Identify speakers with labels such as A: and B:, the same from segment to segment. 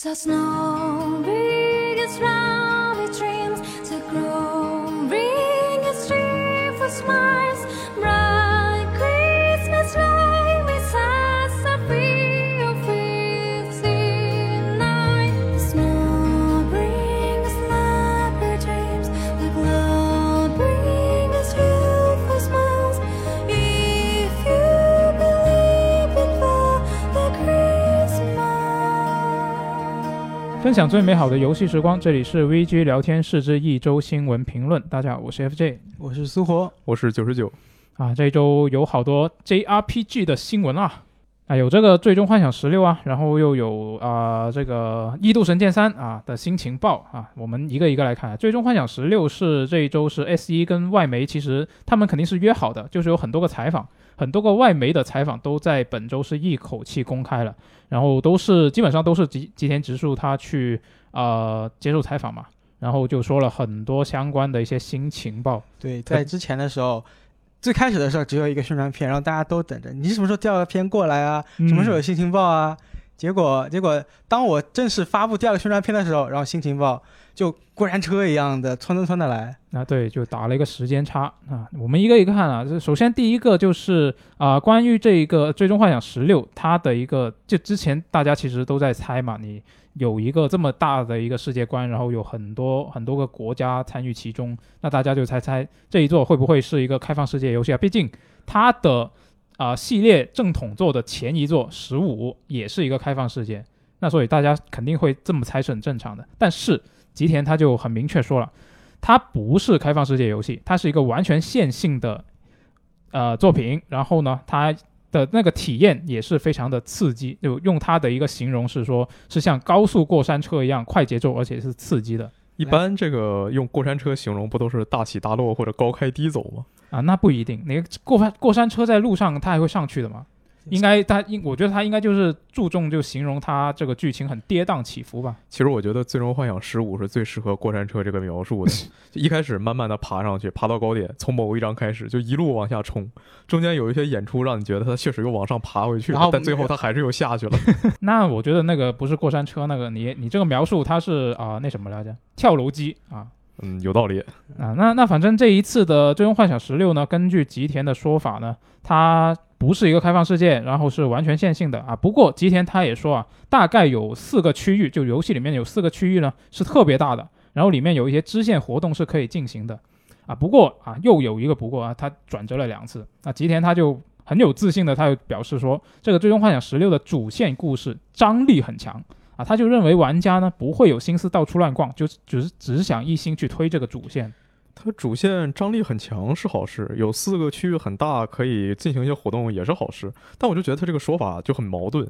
A: The snow big is round with dreams, the growing is stream with smiles, bright Christmas light with us a free of night. The snow brings happy dreams, the glow brings beautiful smiles. If you believe in love, the Christmas.
B: 分享最美好的游戏时光，这里是 VG 聊天室之一周新闻评论。大家好，我是 FJ
C: 我是苏活，
D: 我是九十九，
B: 啊，这一周有好多 JRPG 的新闻啊，啊，有这个《最终幻想十六》啊，然后又有啊、这个《异度神剑三》啊的新情报啊，我们一个一个来看啊。《最终幻想十六》是这一周是 S 一跟外媒，其实他们肯定是约好的，就是有很多个采访，很多个外媒的采访都在本周是一口气公开了，然后都是基本上都是吉吉田直树他去呃接受采访嘛，然后就说了很多相关的一些新情报。
C: 对，在之前的时候，最开始的时候只有一个宣传片，然后大家都等着你什么时候第二个片过来啊，
B: 嗯
C: 什么时候有新情报啊？结果结果，当我正式发布第二个宣传片的时候，然后新情报就过山车一样的窜窜窜的来。
B: 啊，对，就打了一个时间差啊。我们一个一个看啊，这首先第一个就是啊、关于这一个《最终幻想十六》它的一个，就之前大家其实都在猜嘛，你有一个这么大的一个世界观，然后有很多很多个国家参与其中，那大家就猜猜这一座会不会是一个开放世界游戏啊？毕竟它的啊、系列正统作的前一座《十五》也是一个开放世界，那所以大家肯定会这么猜是很正常的。但是吉田他就很明确说了。它不是开放世界游戏，它是一个完全线性的呃作品。然后呢，它的那个体验也是非常的刺激，就用它的一个形容是说，是像高速过山车一样快节奏，而且是刺激的
D: 一般这个用过山车形容不都是大起大落或者高开低走吗？
B: 啊。那不一定，你过山过山车在路上它还会上去的嘛？应该它应，我觉得它应该就是注重就形容它这个剧情很跌宕起伏吧。
D: 其实我觉得《最终幻想十五》是最适合过山车这个描述 的。就一开始慢慢的爬上去，爬到高点，从某一张开始就一路往下冲，中间有一些演出让你觉得它确实又往上爬回去
C: 然
D: 了
C: 后，
D: 但最后它还是又下去 了。
B: 那我觉得那个不是过山车，那个你你这个描述它是啊、那什么来着？跳楼机啊，
D: 嗯，有道理。
B: 啊，那那反正这一次的《最终幻想十六》呢，根据吉田的说法呢，它不是一个开放世界，然后是完全线性的啊。不过吉田他也说啊，大概有四个区域，就游戏里面有四个区域呢是特别大的，然后里面有一些支线活动是可以进行的啊。不过啊，又有一个不过啊，他转折了两次。那吉田他就很有自信的，他就表示说，这个《最终幻想十六》的主线故事张力很强。啊，他就认为玩家呢不会有心思到处乱逛，就只是只是想一心去推这个主线。
D: 它主线张力很强是好事，有四个区域很大，可以进行一些活动也是好事。但我就觉得它这个说法就很矛盾，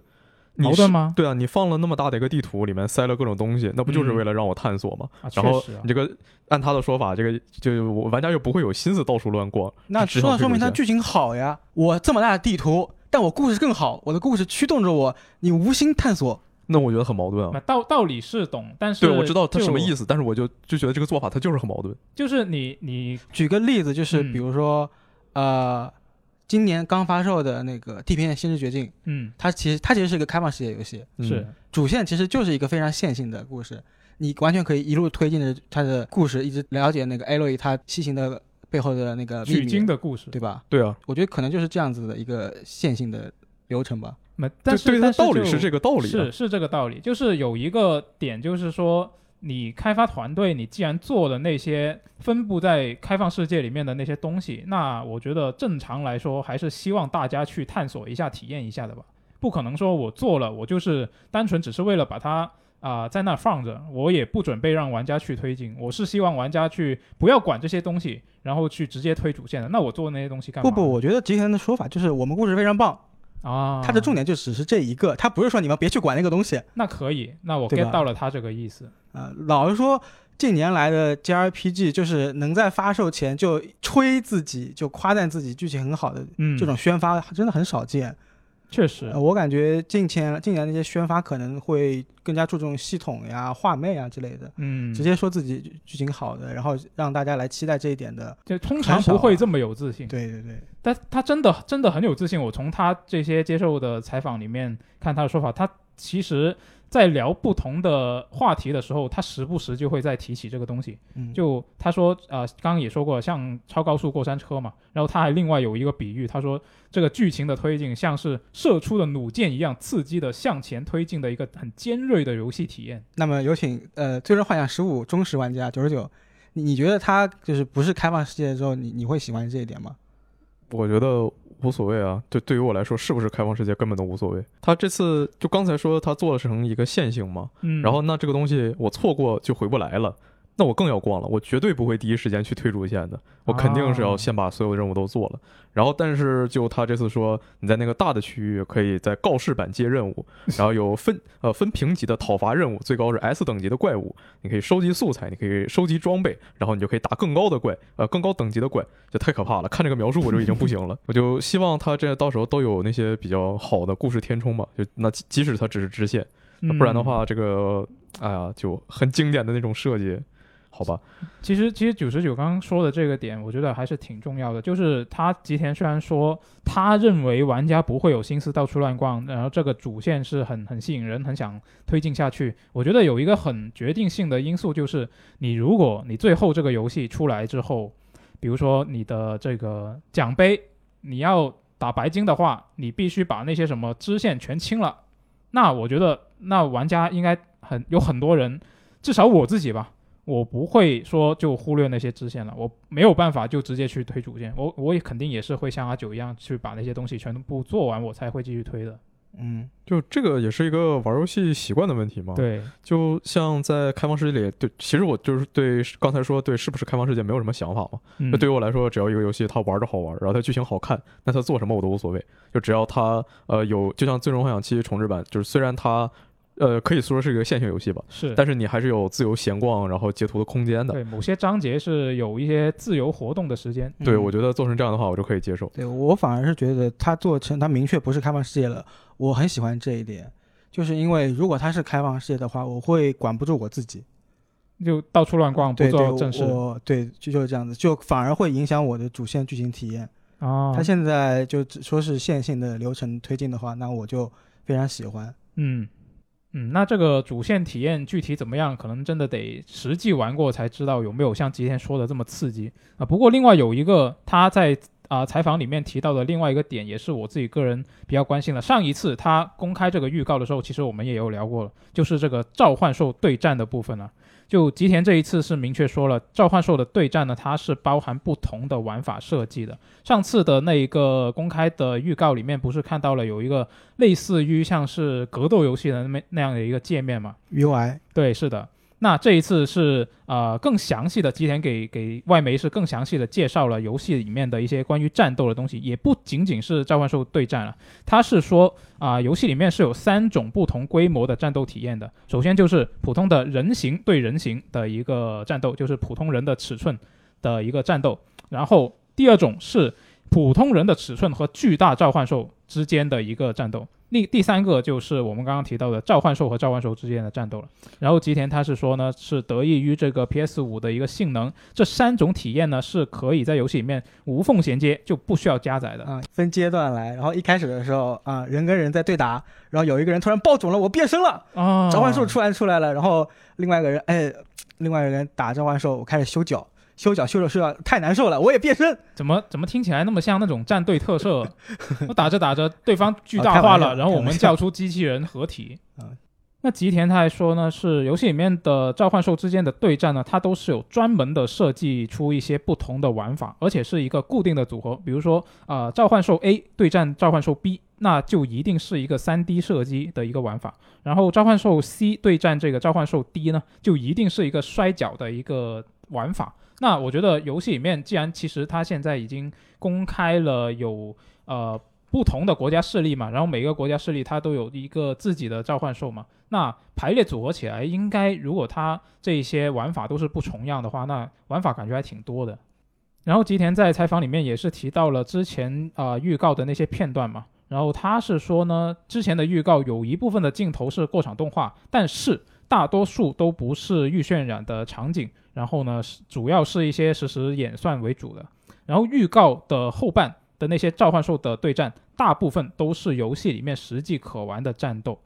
D: 你
B: 矛
D: 是
B: 盾吗？
D: 对啊，你放了那么大的一个地图，里面塞了各种东西，那不就是
B: 嗯
D: 为了让我探索吗？
B: 啊，确
D: 然后
B: 实啊
D: 你这个按他的说法，这个就我玩家又不会有心思到处乱逛，
C: 那
D: 只
C: 说
D: 想
C: 那
D: 推
C: 说明
D: 主
C: 它
D: 线
C: 剧情好呀，我这么大的地图，但我故事更好，我的故事驱动着我，你无心探索。
D: 那我觉得很矛盾
B: 那
D: 啊。
B: 道道理是懂，但是
D: 对，我知道他什么意
B: 思，
D: 思，但是我就就觉得这个做法它就是很矛盾。
B: 就是你你
C: 举个例子，就是
B: 嗯
C: 比如说，呃，今年刚发售的那个《地平线：先知绝境》，
B: 嗯
C: 它其实它其实是一个开放世界游戏，
D: 嗯
B: 是，
C: 主线其实就是一个非常线性的故事，你完全可以一路推进着它的故事，一直了解那个艾洛伊他西行的背后的那个秘
B: 取经
C: 密，
B: 的故事，
C: 对吧？
D: 嗯对啊，
C: 我觉得可能就是这样子的一个线性的流程吧。
B: 那
D: 对
B: 但是
D: 对，
B: 但
D: 它道理
B: 是
D: 是这个道理啊。
B: 是是这个道理，就是有一个点，就是说你开发团队，你既然做了那些分布在开放世界里面的那些东西，那我觉得正常来说还是希望大家去探索一下、体验一下的吧。不可能说我做了，我就是单纯只是为了把它啊、在那放着，我也不准备让玩家去推进。我是希望玩家去不要管这些东西，然后去直接推主线的。那我做那些东西干嘛
C: 不
B: 呢？
C: 不，我觉得吉田的说法就是我们故事非常棒，
B: 啊，
C: 它的重点就只是这一个，它不是说你们别去管那个东西。
B: 那可以，那我
C: 对
B: get
C: 吧
B: 到了他这个意思。
C: 呃，老实说，近年来的 JRPG 就是能在发售前就吹自己、就夸赞自己剧情很好的
B: 嗯，
C: 这种宣发，真的很少见。
B: 确实
C: 呃，我感觉近前近年那些宣发可能会更加注重系统呀、画面呀之类的，
B: 嗯，
C: 直接说自己剧剧情好的，然后让大家来期待这一点的。
B: 就通常
C: 很少
B: 不会
C: 啊
B: 这么有自信，
C: 对对对，
B: 但他真的真的很有自信。我从他这些接受的采访里面看他的说法，他其实在聊不同的话题的时候，他时不时就会再提起这个东西。
C: 嗯，
B: 就他说，呃，刚刚也说过，像超高速过山车嘛，然后他还另外有一个比喻，他说这个剧情的推进像是射出的弩箭一样刺激的向前推进的一个很尖锐的游戏体验。
C: 那么有请呃《最终幻想十五》忠实玩家九十九，你你觉得它就是不是开放世界之后，你你会喜欢这一点吗？
D: 我觉得无所谓啊，对对于我来说，是不是开放世界根本都无所谓。他这次就刚才说他做了成一个线性嘛，
B: 嗯，
D: 然后那这个东西我错过就回不来了，那我更要逛了，我绝对不会第一时间去退主线的，我肯定是要先把所有任务都做了。然后，但是就他这次说，你在那个大的区域可以在告示版接任务，然后有分呃分评级的讨伐任务，最高是 S 等级的怪物，你可以收集素材，你可以收集装备，然后你就可以打更高的怪，呃更高等级的怪，这太可怕了。看这个描述我就已经不行了， 我就希望他这到时候都有那些比较好的故事填充吧，就那即即使它只是支线。那啊
B: 嗯
D: 不然的话，这个哎呀，就很经典的那种设计，好吧？
B: 其实，其实九十九刚刚说的这个点，我觉得还是挺重要的。就是他吉田虽然说他认为玩家不会有心思到处乱逛，然后这个主线是很很吸引人，很想推进下去。我觉得有一个很决定性的因素就是，你如果你最后这个游戏出来之后，比如说你的这个奖杯，你要打白金的话，你必须把那些什么支线全清了。那我觉得，那玩家应该很有很多人，至少我自己吧，我不会说就忽略那些支线了，我没有办法就直接去推主线，我我也肯定也是会像阿九一样去把那些东西全部做完，我才会继续推的。
C: 嗯，
D: 就这个也是一个玩游戏习惯的问题嘛。，
B: 对，
D: 就像在开放世界里，对，其实我就是对刚才说对是不是开放世界没有什么想法嘛。
B: 嗯
D: 那、对于我来说，只要一个游戏它玩着好玩，然后它剧情好看，那它做什么我都无所谓。就只要它呃有，就像《最终幻想七》重置版，就是虽然它呃可以说是一个线性游戏吧，
B: 是，
D: 但是你还是有自由闲逛然后截图的空间的。
B: 对某些章节是有一些自由活动的时间。
D: 对，
C: 嗯
D: 我觉得做成这样的话，我就可以接受。
C: 对我反而是觉得它做成它明确不是开放世界了，我很喜欢这一点，就是因为如果它是开放世界的话，我会管不住我自己，
B: 就到处乱逛，不
C: 对对，
B: 做正事
C: 我我对就就是这样子，就反而会影响我的主线剧情体验。
B: 啊。
C: 它现在就只说是线性的流程推进的话，那我就非常喜欢。
B: 嗯嗯，那这个主线体验具体怎么样，可能真的得实际玩过才知道有没有像吉田说的这么刺激啊。不过另外有一个他在啊、采访里面提到的另外一个点，也是我自己个人比较关心的。上一次他公开这个预告的时候，其实我们也有聊过了，就是这个召唤兽对战的部分了、啊就吉田这一次是明确说了，召唤兽的对战呢，它是包含不同的玩法设计的。上次的那一个公开的预告里面，不是看到了有一个类似于像是格斗游戏的那么那样的一个界面嘛？
C: UI
B: 对，是的。那这一次是呃更详细的，吉田给给外媒是更详细的介绍了游戏里面的一些关于战斗的东西，也不仅仅是召唤兽对战了，它是说啊、游戏里面是有三种不同规模的战斗体验的。首先就是普通的人形对人形的一个战斗，就是普通人的尺寸的一个战斗。然后第二种是普通人的尺寸和巨大召唤兽之间的一个战斗。第第三个就是我们刚刚提到的召唤兽和召唤兽之间的战斗了。然后吉田他是说呢，是得益于这个 PS 五的一个性能，这三种体验呢是可以在游戏里面无缝衔接，就不需要加载的。
C: 啊、分阶段来，然后一开始的时候啊、人跟人在对打，然后有一个人突然爆种了，我变身了，
B: 啊
C: 召唤兽突然出来了，然后另外一个人哎，另外一个人打召唤兽，我开始修脚，修脚修着修着太难受了，我也变身，
B: 怎么怎么听起来那么像那种战队特 色？我打着打着，对方巨
C: 啊
B: 大
C: 开玩
B: 化
C: 笑
B: 了，然后我们
C: 开玩笑
B: 叫出机器人合体
C: 啊。
B: 那吉田他还说呢，是游戏里面的召唤兽之间的对战呢，它都是有专门的设计出一些不同的玩法，而且是一个固定的组合。比如说，啊，召唤兽 A 对战召唤兽 B，那就一定是一个 3D 射击的一个玩法。然后召唤兽 C 对战这个召唤兽 D 呢，就一定是一个摔跤的一个玩法。那我觉得游戏里面，既然其实它现在已经公开了有呃不同的国家势力嘛，然后每个国家势力它都有一个自己的召唤兽嘛，那排列组合起来，应该如果它这些玩法都是不重样的话，那玩法感觉还挺多的。然后吉田在采访里面也是提到了之前啊、呃预告的那些片段嘛，然后他是说呢，之前的预告有一部分的镜头是过场动画，但是大多数都不是预渲染的场景，然后呢，是主要是一些实时演算为主的。然后预告的后半的那些召唤兽的对战，大部分都是游戏里面实际可玩的战斗。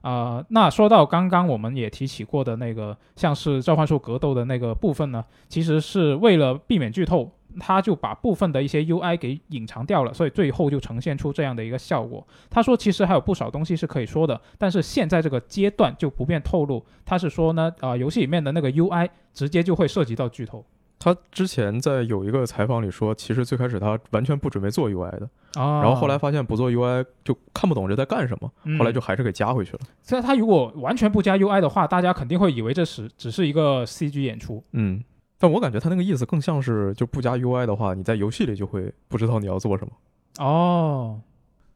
B: 啊、那说到刚刚我们也提起过的那个像是召唤兽格斗的那个部分呢，其实是为了避免剧透，他就把部分的一些 UI 给隐藏掉了，所以最后就呈现出这样的一个效果。他说其实还有不少东西是可以说的，但是现在这个阶段就不便透露。他是说呢，啊、游戏里面的那个 UI 直接就会涉及到剧透
D: 他之前在有一个采访里说，其实最开始他完全不准备做 UI 的，
B: 啊。
D: 然后后来发现不做 UI 就看不懂这在干什么，
B: 嗯
D: 后来就还是给加回去了。
B: 所以他如果完全不加 UI 的话，大家肯定会以为这是只是一个 CG 演出。
D: 嗯，但我感觉他那个意思更像是，就不加 UI 的话，你在游戏里就会不知道你要做什么。
B: 哦，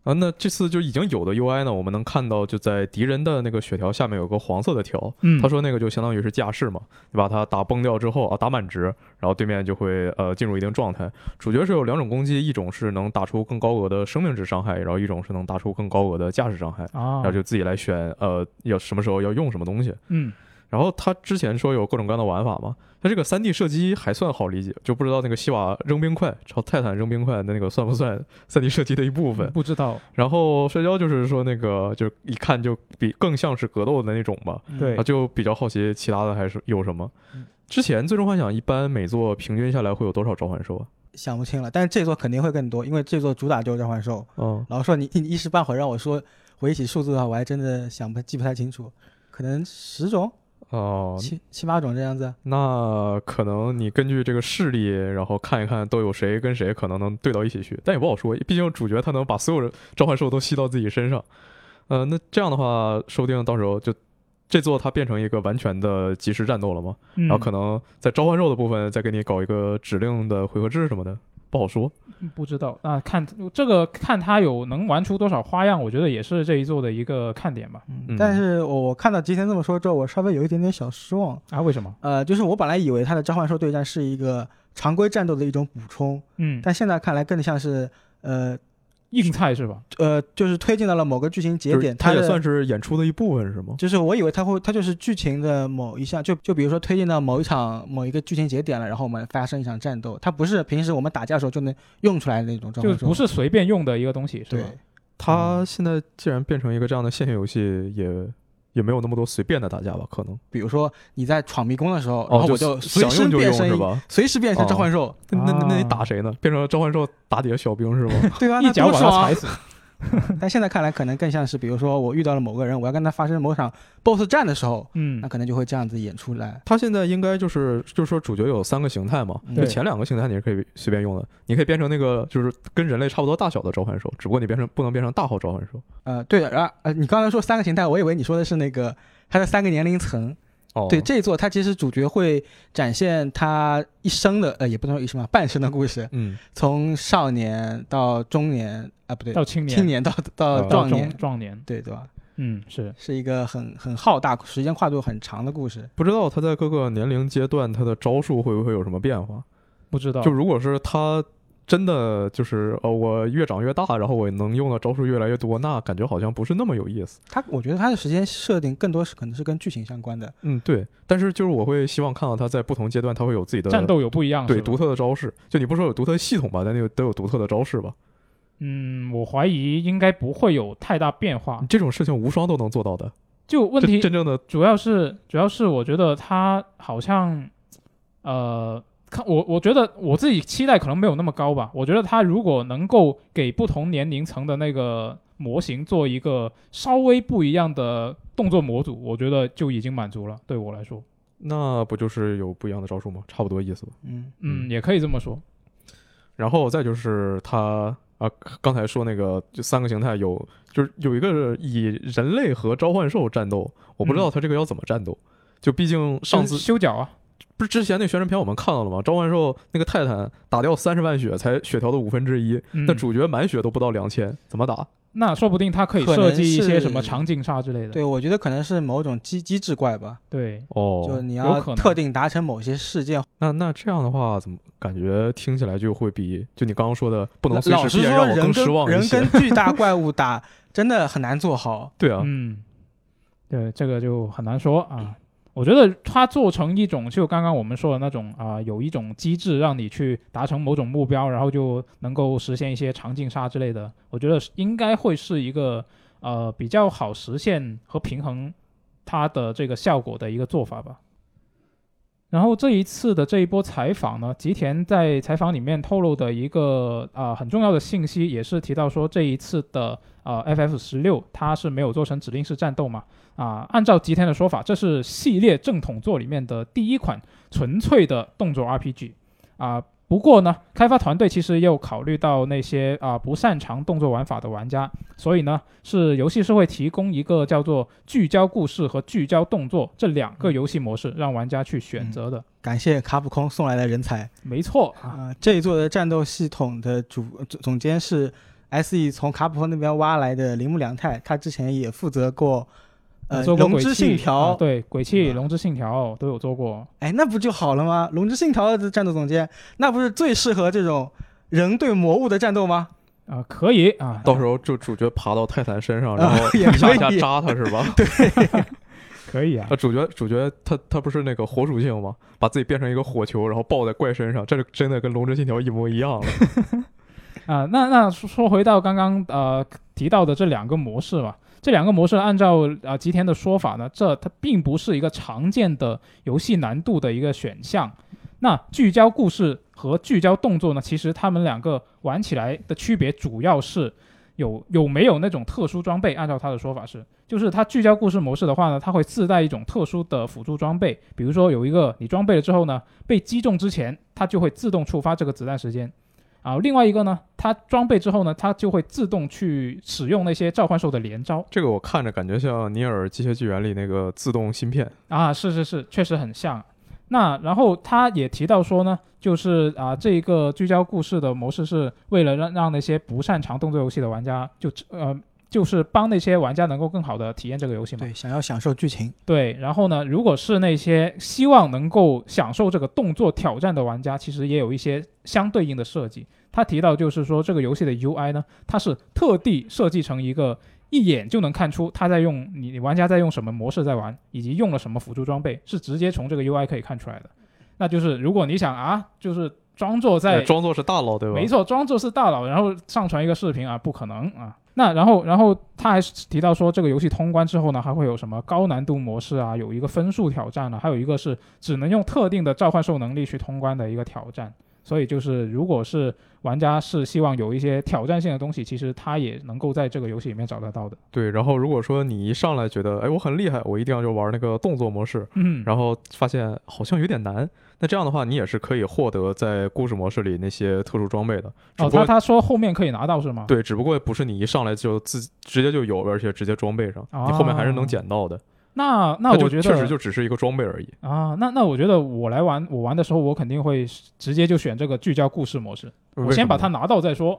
D: 啊，那这次就已经有的 UI 呢，我们能看到就在敌人的那个血条下面有个黄色的条，
B: 嗯，
D: 他说那个就相当于是架势嘛，你把它打崩掉之后啊，打满值，然后对面就会呃进入一定状态。主角是有两种攻击，一种是能打出更高额的生命值伤害，然后一种是能打出更高额的驾驶伤害，
B: 啊，
D: 然后就自己来选呃要什么时候要用什么东西。
B: 嗯
D: 然后他之前说有各种各样的玩法嘛，他这个三 D 射击还算好理解，就不知道那个西瓦扔冰块，朝泰坦扔冰块的那个算不算三 D 射击的一部分？
B: 不知道，
D: 然后摔跤就是说那个就是一看就比更像是格斗的那种吧，
B: 对
D: 他就比较好奇其他的还是有什么
C: 嗯。
D: 之前《最终幻想》一般每座平均下来会有多少召唤兽啊？
C: 想不清了。但是这座肯定会更多，因为这座主打就是召唤兽。
D: 嗯，
C: 老实说你你一时半会儿让我说回起数字的话，我还真的想不记不太清楚，可能十种、
D: 哦，
C: 七七八种这样子。
D: 那可能你根据这个势力，然后看一看都有谁跟谁可能能对到一起去，但也不好说，毕竟主角他能把所有人召唤兽都吸到自己身上。呃，那这样的话，说不定到时候就这座它变成一个完全的即时战斗了嘛，
B: 然
C: 嗯
D: 然后可能在召唤兽的部分再给你搞一个指令的回合制什么的，不好说。
B: 不知道啊，看这个看他有能玩出多少花样，我觉得也是这一座的一个看点吧。
D: 嗯
C: 但是我我看到吉田这么说之后，我稍微有一点点小失望。
B: 啊，为什么？
C: 呃，就是我本来以为它的召唤兽对战是一个常规战斗的一种补充，
B: 嗯，
C: 但现在看来更像是呃
B: 硬菜是吧？
C: 呃，就是推进到了某个剧情节
D: 就是
C: 点，
D: 它
C: 它
D: 也
C: 的
D: 算是演出的一部分是吗？
C: 就是我以为它会，它就是剧情的某一项，就就比如说推进到某一场某一个剧情节点了，然后我们发生一场战斗，它不是平时我们打架的时候就能用出来的那种状
B: 就
C: 态，
B: 不是随便用的一个东西是
C: 对
B: 吧？，
D: 它现在既然变成一个这样的线性游戏，也也没有那么多随便的打架吧？可能
C: 比如说你在闯迷宫的时候，然
D: 哦，
C: 后
D: 就
C: 我就随
D: 想
C: 身
D: 用就
C: 变
D: 用是
C: 身，
D: 吧？嗯
C: 随时变身召唤兽，
D: 那那那那你
B: 啊
D: 打谁呢？变成召唤兽打底下小兵是 吗？
C: 对啊，
B: 一
C: 那
B: 脚
C: 多
B: 把
C: 爽
B: 他
C: 啊
B: 踩死。
C: 但现在看来，可能更像是，比如说我遇到了某个人，我要跟他发生某场 BOSS 战的时候，
B: 嗯
C: 那可能就会这样子演出来。
D: 它现在应该就是就是说主角有三个形态嘛，
C: 嗯
D: 就
B: 对
D: 前两个形态你是可以随便用的，你可以变成那个就是跟人类差不多大小的召唤兽，只不过你变成不能变成大号召唤兽。
C: 呃，对的，然后呃，你刚才说三个形态，我以为你说的是那个它的三个年龄层。
D: 哦
C: 对，这一座它其实主角会展现他一生的，呃，也不能说一生吧，半生的故事，
D: 嗯，
C: 从少年到中年，啊，不对，
B: 到青年，哦
C: 青年到到
D: 到
B: 到
C: 壮
B: 中
C: 年，
B: 壮年，
C: 对对吧？
B: 嗯，是
C: 是一个很很浩大、时间跨度很长的故事。
D: 不知道他在各个年龄阶段他的招数会不会有什么变化？
B: 不知道。
D: 就如果是他真的就是呃，我越长越大，然后我能用的招数越来越多，那感觉好像不是那么有意思。
C: 它，我觉得它的时间设定更多是可能是跟剧情相关的。
D: 嗯，对。但是就是我会希望看到他在不同阶段，他会有自己的
B: 战斗有不一样，
D: 对
B: 是吧
D: 独特的招式。就你不说有独特的系统吧，但那个都有独特的招式吧。
B: 嗯，我怀疑应该不会有太大变化
D: 你。这种事情无双都能做到的，
B: 就啊问
D: 嗯这
B: 题
D: 真正的
B: 主要是主要是我觉得他好像，呃，看我我觉得我自己期待可能没有那么高吧。我觉得他如果能够给不同年龄层的那个模型做一个稍微不一样的动作模组，我觉得就已经满足了。对我来说，
D: 那不就是有不一样的招数吗？差不多意思吧。
C: 嗯，
B: 嗯，也可以这么说。
D: 然后再就是他啊，刚才说那个就三个形态有，就是有一个以人类和召唤兽战斗，我不知道他这个要怎么战斗。就毕竟上次
B: 嗯就是修脚啊，
D: 不是之前那宣传片我们看到了吗？召唤兽那个泰坦打掉三十万血才血条的五分之一，
B: 嗯
D: 那主角满血都不到两千，怎么打？
B: 那说不定他可以
C: 可
B: 设
C: 能
B: 计一些
C: 是
B: 什么场景杀之类的。
C: 对，我觉得可能是某种机机制怪吧，
B: 对，
C: 就
D: 哦，
C: 你
B: 有
C: 要
B: 可能
C: 特定达成某些事件。
D: 那那这样的话，怎么感觉听起来就会比就你刚刚说的不能随
C: 老实
D: 时变
C: 说，
D: 让我
C: 人
D: 更
C: 跟
D: 失望一
C: 人
D: 些？
C: 跟巨大怪物打真的很难做好。
D: 对啊，
B: 嗯，对，这个就很难说啊。我觉得它做成一种，就刚刚我们说的那种啊、有一种机制让你去达成某种目标，然后就能够实现一些场景杀之类的。我觉得是应该会是一个呃比较好实现和平衡它的这个效果的一个做法吧。然后这一次的这一波采访呢，吉田在采访里面透露的一个啊、很重要的信息，也是提到说这一次的呃 FF 十六它是没有做成指令式战斗嘛啊、按照吉田的说法，这是系列正统作里面的第一款纯粹的动作 RPG 啊、不过呢，开发团队其实也有考虑到那些啊、不擅长动作玩法的玩家，所以呢，是游戏是会提供一个叫做聚焦故事和聚焦动作这两个游戏模式，让玩家去选择的。
C: 感谢卡普空送来的人才
B: 没错啊，
C: 啊、这一座的战斗系统的主总总监是 S.E 从卡普空那边挖来的铃木良太，他之前也负责过呃
B: 做
C: 《
B: 过
C: 龙
B: 鬼
C: 之
B: 泣
C: 信条
B: 啊》对，鬼泣、
C: 嗯
B: 龙之信条都有做过。
C: 哎，那不就好了吗？《龙之信条》的战斗总监，那不是最适合这种人对魔物的战斗吗？
B: 啊、可以啊，
D: 到时候就主角爬到泰坦身上，
C: 啊
D: 然后
C: 也
D: 一下一下
C: 可以
D: 扎他是吧？对，
B: 可以啊
D: 啊，，主角主角他他不是那个火属性吗？把自己变成一个火球，然后抱在怪身上，这就真的跟《龙之信条》一模一样了。
B: 啊、那那说说回到刚刚呃提到的这两个模式吧，这两个模式按照啊、呃吉田的说法呢，这它并不是一个常见的游戏难度的一个选项。那聚焦故事和聚焦动作呢，其实他们两个玩起来的区别主要是有有没有那种特殊装备。按照他的说法是，就是它聚焦故事模式的话呢，它会自带一种特殊的辅助装备，比如说有一个你装备了之后呢，被击中之前它就会自动触发这个子弹时间。啊，另外一个呢，它装备之后呢，它就会自动去使用那些召唤兽的连招
D: 这个我看着感觉像《尼尔：机械纪元》里那个自动芯片，
B: 啊，是是是，确实很像。那然后他也提到说呢，就是啊，这一个聚焦故事的模式是为了让让那些不擅长动作游戏的玩家就呃。就是帮那些玩家能够更好的体验这个游戏嘛？
C: 对，想要享受剧情，
B: 对。然后呢，如果是那些希望能够享受这个动作挑战的玩家，其实也有一些相对应的设计。他提到就是说，这个游戏的 UI 呢，它是特地设计成一个一眼就能看出他在用你你玩家在用什么模式在玩，以及用了什么辅助装备，是直接从这个 UI 可以看出来的。那就是如果你想啊，就是装作在
D: 呃装作是大佬对吧？
B: 没错，装作是大佬，然后上传一个视频啊，不可能啊。那然后，然后他还提到说，这个游戏通关之后呢，还会有什么高难度模式啊，有一个分数挑战呢、还有一个是只能用特定的召唤兽能力去通关的一个挑战。所以就是，如果是玩家是希望有一些挑战性的东西，其实他也能够在这个游戏里面找得到的。
D: 对，然后如果说你一上来觉得，哎，我很厉害，我一定要就玩那个动作模式，
B: 嗯，
D: 然后发现好像有点难，那这样的话，你也是可以获得在故事模式里那些特殊装备的。只
B: 哦，
D: 不
B: 他
D: 过、
B: 他说后面可以拿到是 吗？
D: 对，只不过不是你一上来就自直接就有，而且直接装备上，你后面还是能捡到的。
B: 那哦那
D: 它就
B: 我觉得
D: 确实就只是一个装备而已。
B: 啊，那那我觉得我来玩，我玩的时候我肯定会直接就选这个聚焦故事模式。我
D: 为什
B: 先
D: 么
B: 把
D: 呢
B: 它拿到再说，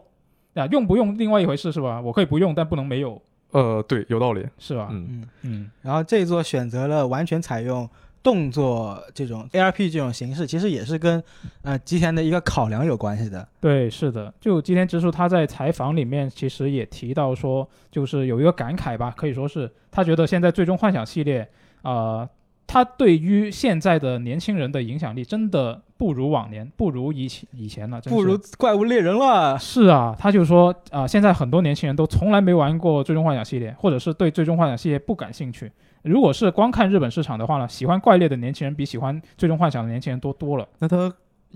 B: 啊，用不用另外一回事是吧？我可以不用，但不能没有
D: 呃，对，有道理。
B: 是吧？
D: 嗯，
C: 嗯，
B: 嗯
C: 然后这一座选择了完全采用动作这种 ARP 这种形式，其实也是跟呃吉田的一个考量有关系的。
B: 对，是的。就吉田直树他在采访里面其实也提到说，就是有一个感慨吧，可以说是他觉得现在《最终幻想》系列，呃，他对于现在的年轻人的影响力真的不如往年，不如以前以前啊了，真
C: 不
B: 是
C: 如怪物猎人了，
B: 是啊，他就说啊、现在很多年轻人都从来没玩过《最终幻想》系列，或者是对《最终幻想》系列不感兴趣。如果是光看日本市场的话呢，喜欢怪猎的年轻人比喜欢《最终幻想》的年轻人多多了。
D: 那它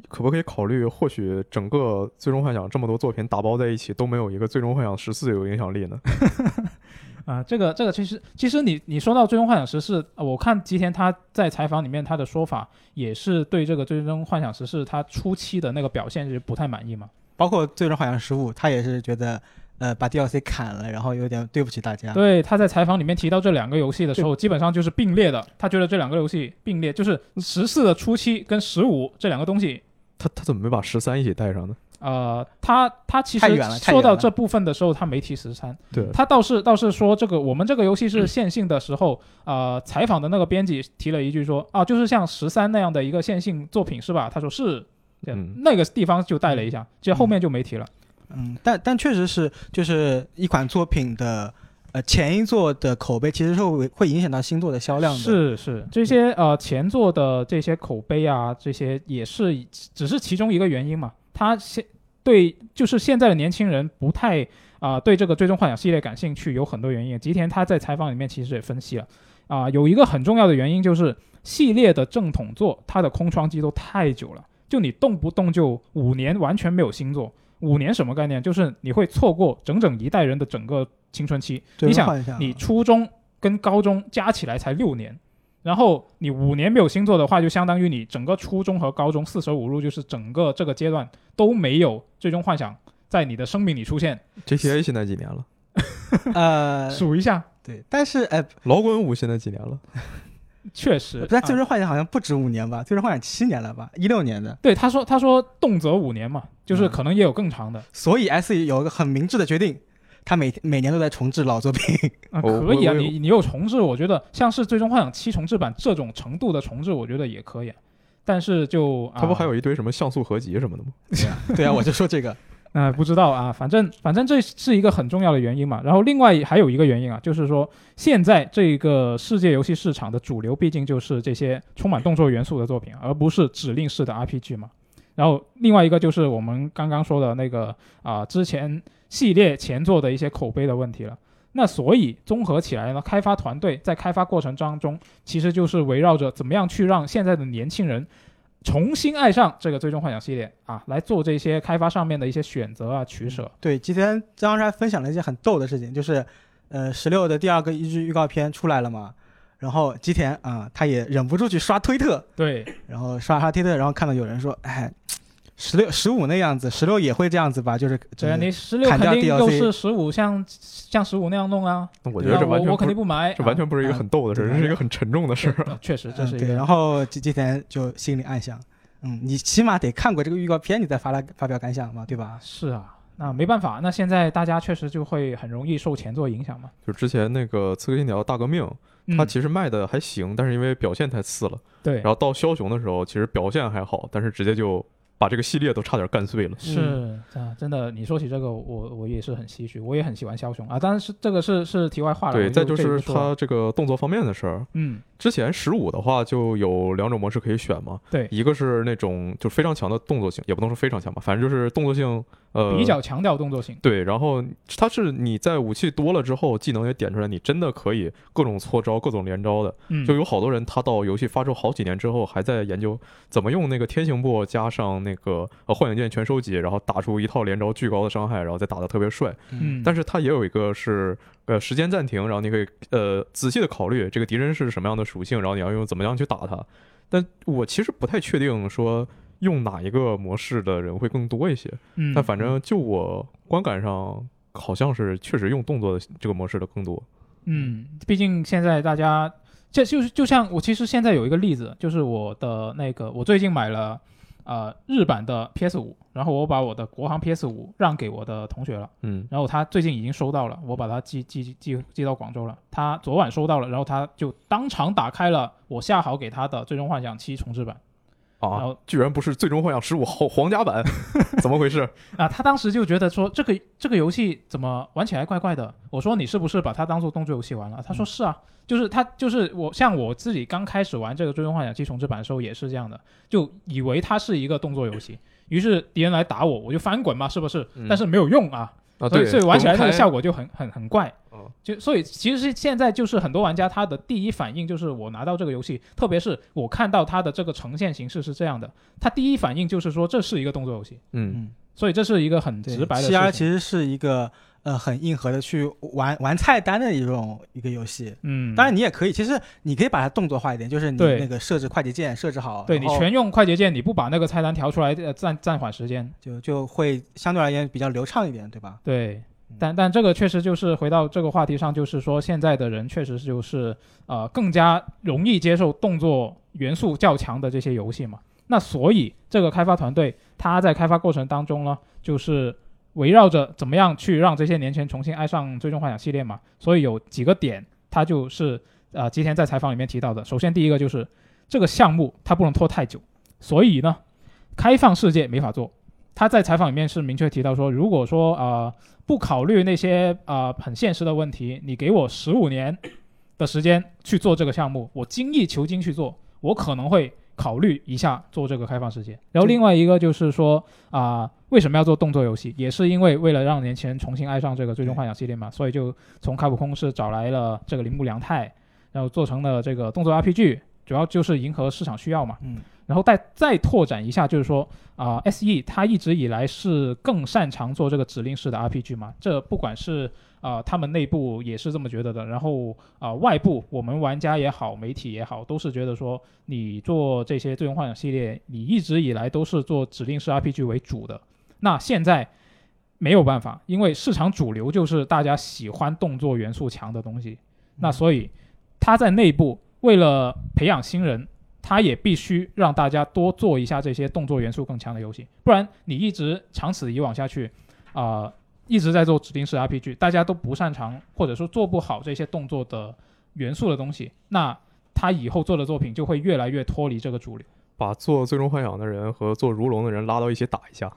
D: 可不可以考虑，或许整个《最终幻想》这么多作品打包在一起，都没有一个《最终幻想十四》有影响力 呢？
B: 啊，这个这个其实其实你你说到《最终幻想十四》，呃我看吉田他在采访里面他的说法也是对这个《最终幻想十四》他初期的那个表现是不太满意嘛。
C: 包括《最终幻想十五》，他也是觉得呃把 DLC 砍了，然后有点对不起大家。
B: 对，他在采访里面提到这两个游戏的时候，基本上就是并列的，他觉得这两个游戏并列，就是十四的初期跟十五这两个东西
D: 他他怎么没把十三一起带上呢？
B: 呃，他他其
C: 太
B: 实
C: 远了太
B: 说到
C: 远了
B: 这部分的时候，他没提十三，
D: 对，
B: 他倒是倒是说这个我们这个游戏是
C: 嗯
B: 线性的时候，呃，采访的那个编辑提了一句说啊，就是像十三那样的一个线性作品是吧？他说是，对
D: 嗯
B: 那个地方就带了一下，就后面就没提了。
C: 嗯，但但确实是，就是一款作品的呃前一作的口碑，其实是会会影响到新作的销量的。，
B: 是是，这些呃前作的这些口碑啊，这些也是只是其中一个原因嘛。他现对就是现在的年轻人不太啊、对这个《最终幻想》系列感兴趣有很多原因。吉田他在采访里面其实也分析了，啊、有一个很重要的原因就是系列的正统作它的空窗期都太久了，就你动不动就五年完全没有新作，五年什么概念？就是你会错过整整一代人的整个青春期。
C: 对
B: 你想
C: 换一下啊
B: 你初中跟高中加起来才六年，然后你五年没有星座的话，就相当于你整个初中和高中四舍五入，就是整个这个阶段都没有最终幻想在你的生命里出现。
D: GTA 现在几年了？
C: 呃，
B: 数一下，
C: 对，但是哎，
D: 老滚五现在几年了？
B: 确实，
C: 呃但
B: 啊
C: 最终幻想好像不止五年吧？最终幻想七年了吧？一六年的，
B: 对他说他说动辄五年嘛，就是
C: 嗯
B: 可能也有更长的
C: 所以 S E 有一个很明智的决定，他每每年都在重置老作品。
B: 啊，
D: 我
B: 可以啊，
D: 哦我我
B: 你你有重置，我觉得像是最终幻想七重置版这种程度的重置，我觉得也可以啊。但是就啊
D: 他不还有一堆什么像素合集什么的吗？
C: 对啊，我就说这个，
B: 呃，不知道啊，反正反正这是一个很重要的原因嘛。然后另外还有一个原因啊，就是说现在这个世界游戏市场的主流毕竟就是这些充满动作元素的作品啊，而不是指令式的 RPG 嘛。然后另外一个就是我们刚刚说的那个啊、之前系列前作的一些口碑的问题了。那所以综合起来呢，开发团队在开发过程当中，其实就是围绕着怎么样去让现在的年轻人重新爱上这个《最终幻想》系列啊，来做这些开发上面的一些选择啊、取舍。
C: 嗯对，吉田当时还分享了一些很逗的事情，就是，呃，十六的第二个一剧预告片出来了嘛，然后吉田啊、他也忍不住去刷推特，
B: 对，
C: 然后刷刷推特，然后看到有人说，哎，十六十五那样子，十六也会这样子吧，就是
B: 对啊，
C: 就是
B: 你十六
C: 砍掉
B: 肯定又
C: DLC
B: 是十五，像像十五那样弄啊。
D: 那我
B: 我
D: 觉得这完全
B: 我
D: 不
B: 肯
D: 是
B: 定不嗯买，
D: 这完全不是一个很逗的事，
C: 啊
D: 这是一个很沉重的事儿。
B: 啊确实这
C: 嗯
B: 是一
C: 对，然
B: 个。
C: 后吉吉田就心里暗想，嗯，你起码得看过这个预告片，你再发来发表感想嘛，对吧？
B: 是啊，那没办法，那现在大家确实就会很容易受前作影响嘛。
D: 就之前那个《刺客信条：大革命》，
B: 嗯
D: 它其实卖的还行，但是因为表现太次了。
B: 对
D: 然，后到枭雄的时候，其实表现还好，但是直接就把这个系列都差点干碎了。
B: 是啊，真的，你说起这个，我我也是很唏嘘，我也很喜欢枭雄啊。当然是这个是是题外话了。
D: 对，
B: 我
D: 再就
B: 这
D: 是
B: 一说
D: 它，这个动作方面的事儿。
B: 嗯，
D: 之前十五的话就有两种模式可以选嘛，
B: 对，
D: 一个是那种就非常强的动作性，也不能说非常强吧，反正就是动作性呃
B: 比较强调动作性。
D: 对，然后它是你在武器多了之后，技能也点出来，你真的可以各种搓招、各种连招的。
B: 嗯，
D: 就有好多人他到游戏发售好几年之后，还在研究怎么用那个天行步加上那个呃幻影剑全收集，然后打出一套连招巨高的伤害，然后再打得特别帅。
B: 嗯，
D: 但是它也有一个是呃时间暂停，然后你可以呃仔细的考虑这个敌人是什么样的属性，然后你要用怎么样去打它。但我其实不太确定说用哪一个模式的人会更多一些。
B: 嗯
D: 但反正就我观感上，好像是确实用动作的这个模式的更多。
B: 嗯，毕竟现在大家，这就是就像我其实现在有一个例子，就是我的那个我最近买了呃日版的 PS 五，然后我把我的国行 PS 五让给我的同学了，
D: 嗯，
B: 然后他最近已经收到了，我把他寄寄寄寄到广州了，他昨晚收到了，然后他就当场打开了我下好给他的《最终幻想七重置版》。然
D: 啊
B: 后，
D: 居然不是《最终幻想十五》皇皇 家版，怎么回事？
B: 啊，他当时就觉得说这个这个游戏怎么玩起来怪怪的。我说你是不是把它当做动作游戏玩了？他说
D: 嗯
B: 是啊，就是他就是我像我自己刚开始玩这个《最终幻想七重置版》的时候也是这样的，就以为它是一个动作游戏，于是敌人来打我，我就翻滚嘛，是不是？但是没有用啊，
D: 嗯啊，
B: 所以
D: 对，
B: 所以玩起来那
D: 滚
B: 个
D: 开
B: 效果就很很很怪
D: 哦。
B: 就所以其实是现在就是很多玩家他的第一反应就是我拿到这个游戏，特别是我看到它的这个呈现形式是这样的，他第一反应就是说这是一个动作游戏。
D: 嗯，
B: 所以这是一个很
C: 对
B: 直白的
C: C R
B: 事
C: 其
B: 情。
C: 实是一个呃很硬核的去玩玩菜单的一种一个游戏。
B: 嗯，
C: 当然，你也可以，其实你可以把它动作化一点，就是你
B: 对
C: 那个设置快捷键设置好，
B: 对
C: 然
B: 你
C: 后
B: 全用快捷键，你不把那个菜单调出来，呃，暂暂缓时间。
C: 就就会相对而言比较流畅一点，对吧？
B: 对，但但这个确实就是回到这个话题上，就是说现在的人确实就是呃更加容易接受动作元素较强的这些游戏嘛。那所以这个开发团队他在开发过程当中呢，就是围绕着怎么样去让这些年轻人重新爱上《最终幻想》系列嘛。所以有几个点，他就是呃吉田在采访里面提到的。首先第一个就是这个项目它不能拖太久，所以呢，开放世界没法做。他在采访里面是明确提到说，如果说呃不考虑那些啊、呃很现实的问题，你给我十五年的时间去做这个项目，我精益求精去做，我可能会考虑一下做这个开放世界。然后另外一个就是说啊、为什么要做动作游戏？也是因为为了让年轻人重新爱上这个《最终幻想》系列嘛，所以就从卡普空是找来了这个铃木良太，然后做成了这个动作 RPG，主要就是迎合市场需要嘛。
C: 嗯，
B: 然后再再拓展一下，就是说啊、s e 它一直以来是更擅长做这个指令式的 RPG 嘛，这不管是啊、他们内部也是这么觉得的，然后啊、外部我们玩家也好，媒体也好，都是觉得说你做这些《最终幻想》系列，你一直以来都是做指令式 RPG 为主的，那现在。没有办法，因为市场主流就是大家喜欢动作元素强的东西，那所以他在内部为了培养新人，他也必须让大家多做一下这些动作元素更强的游戏，不然你一直长此以往下去，啊、一直在做指定式 RPG，大家都不擅长或者说做不好这些动作的元素的东西，那他以后做的作品就会越来越脱离这个主流。
D: 把做最终幻想的人和做如龙的人拉到一起打一下。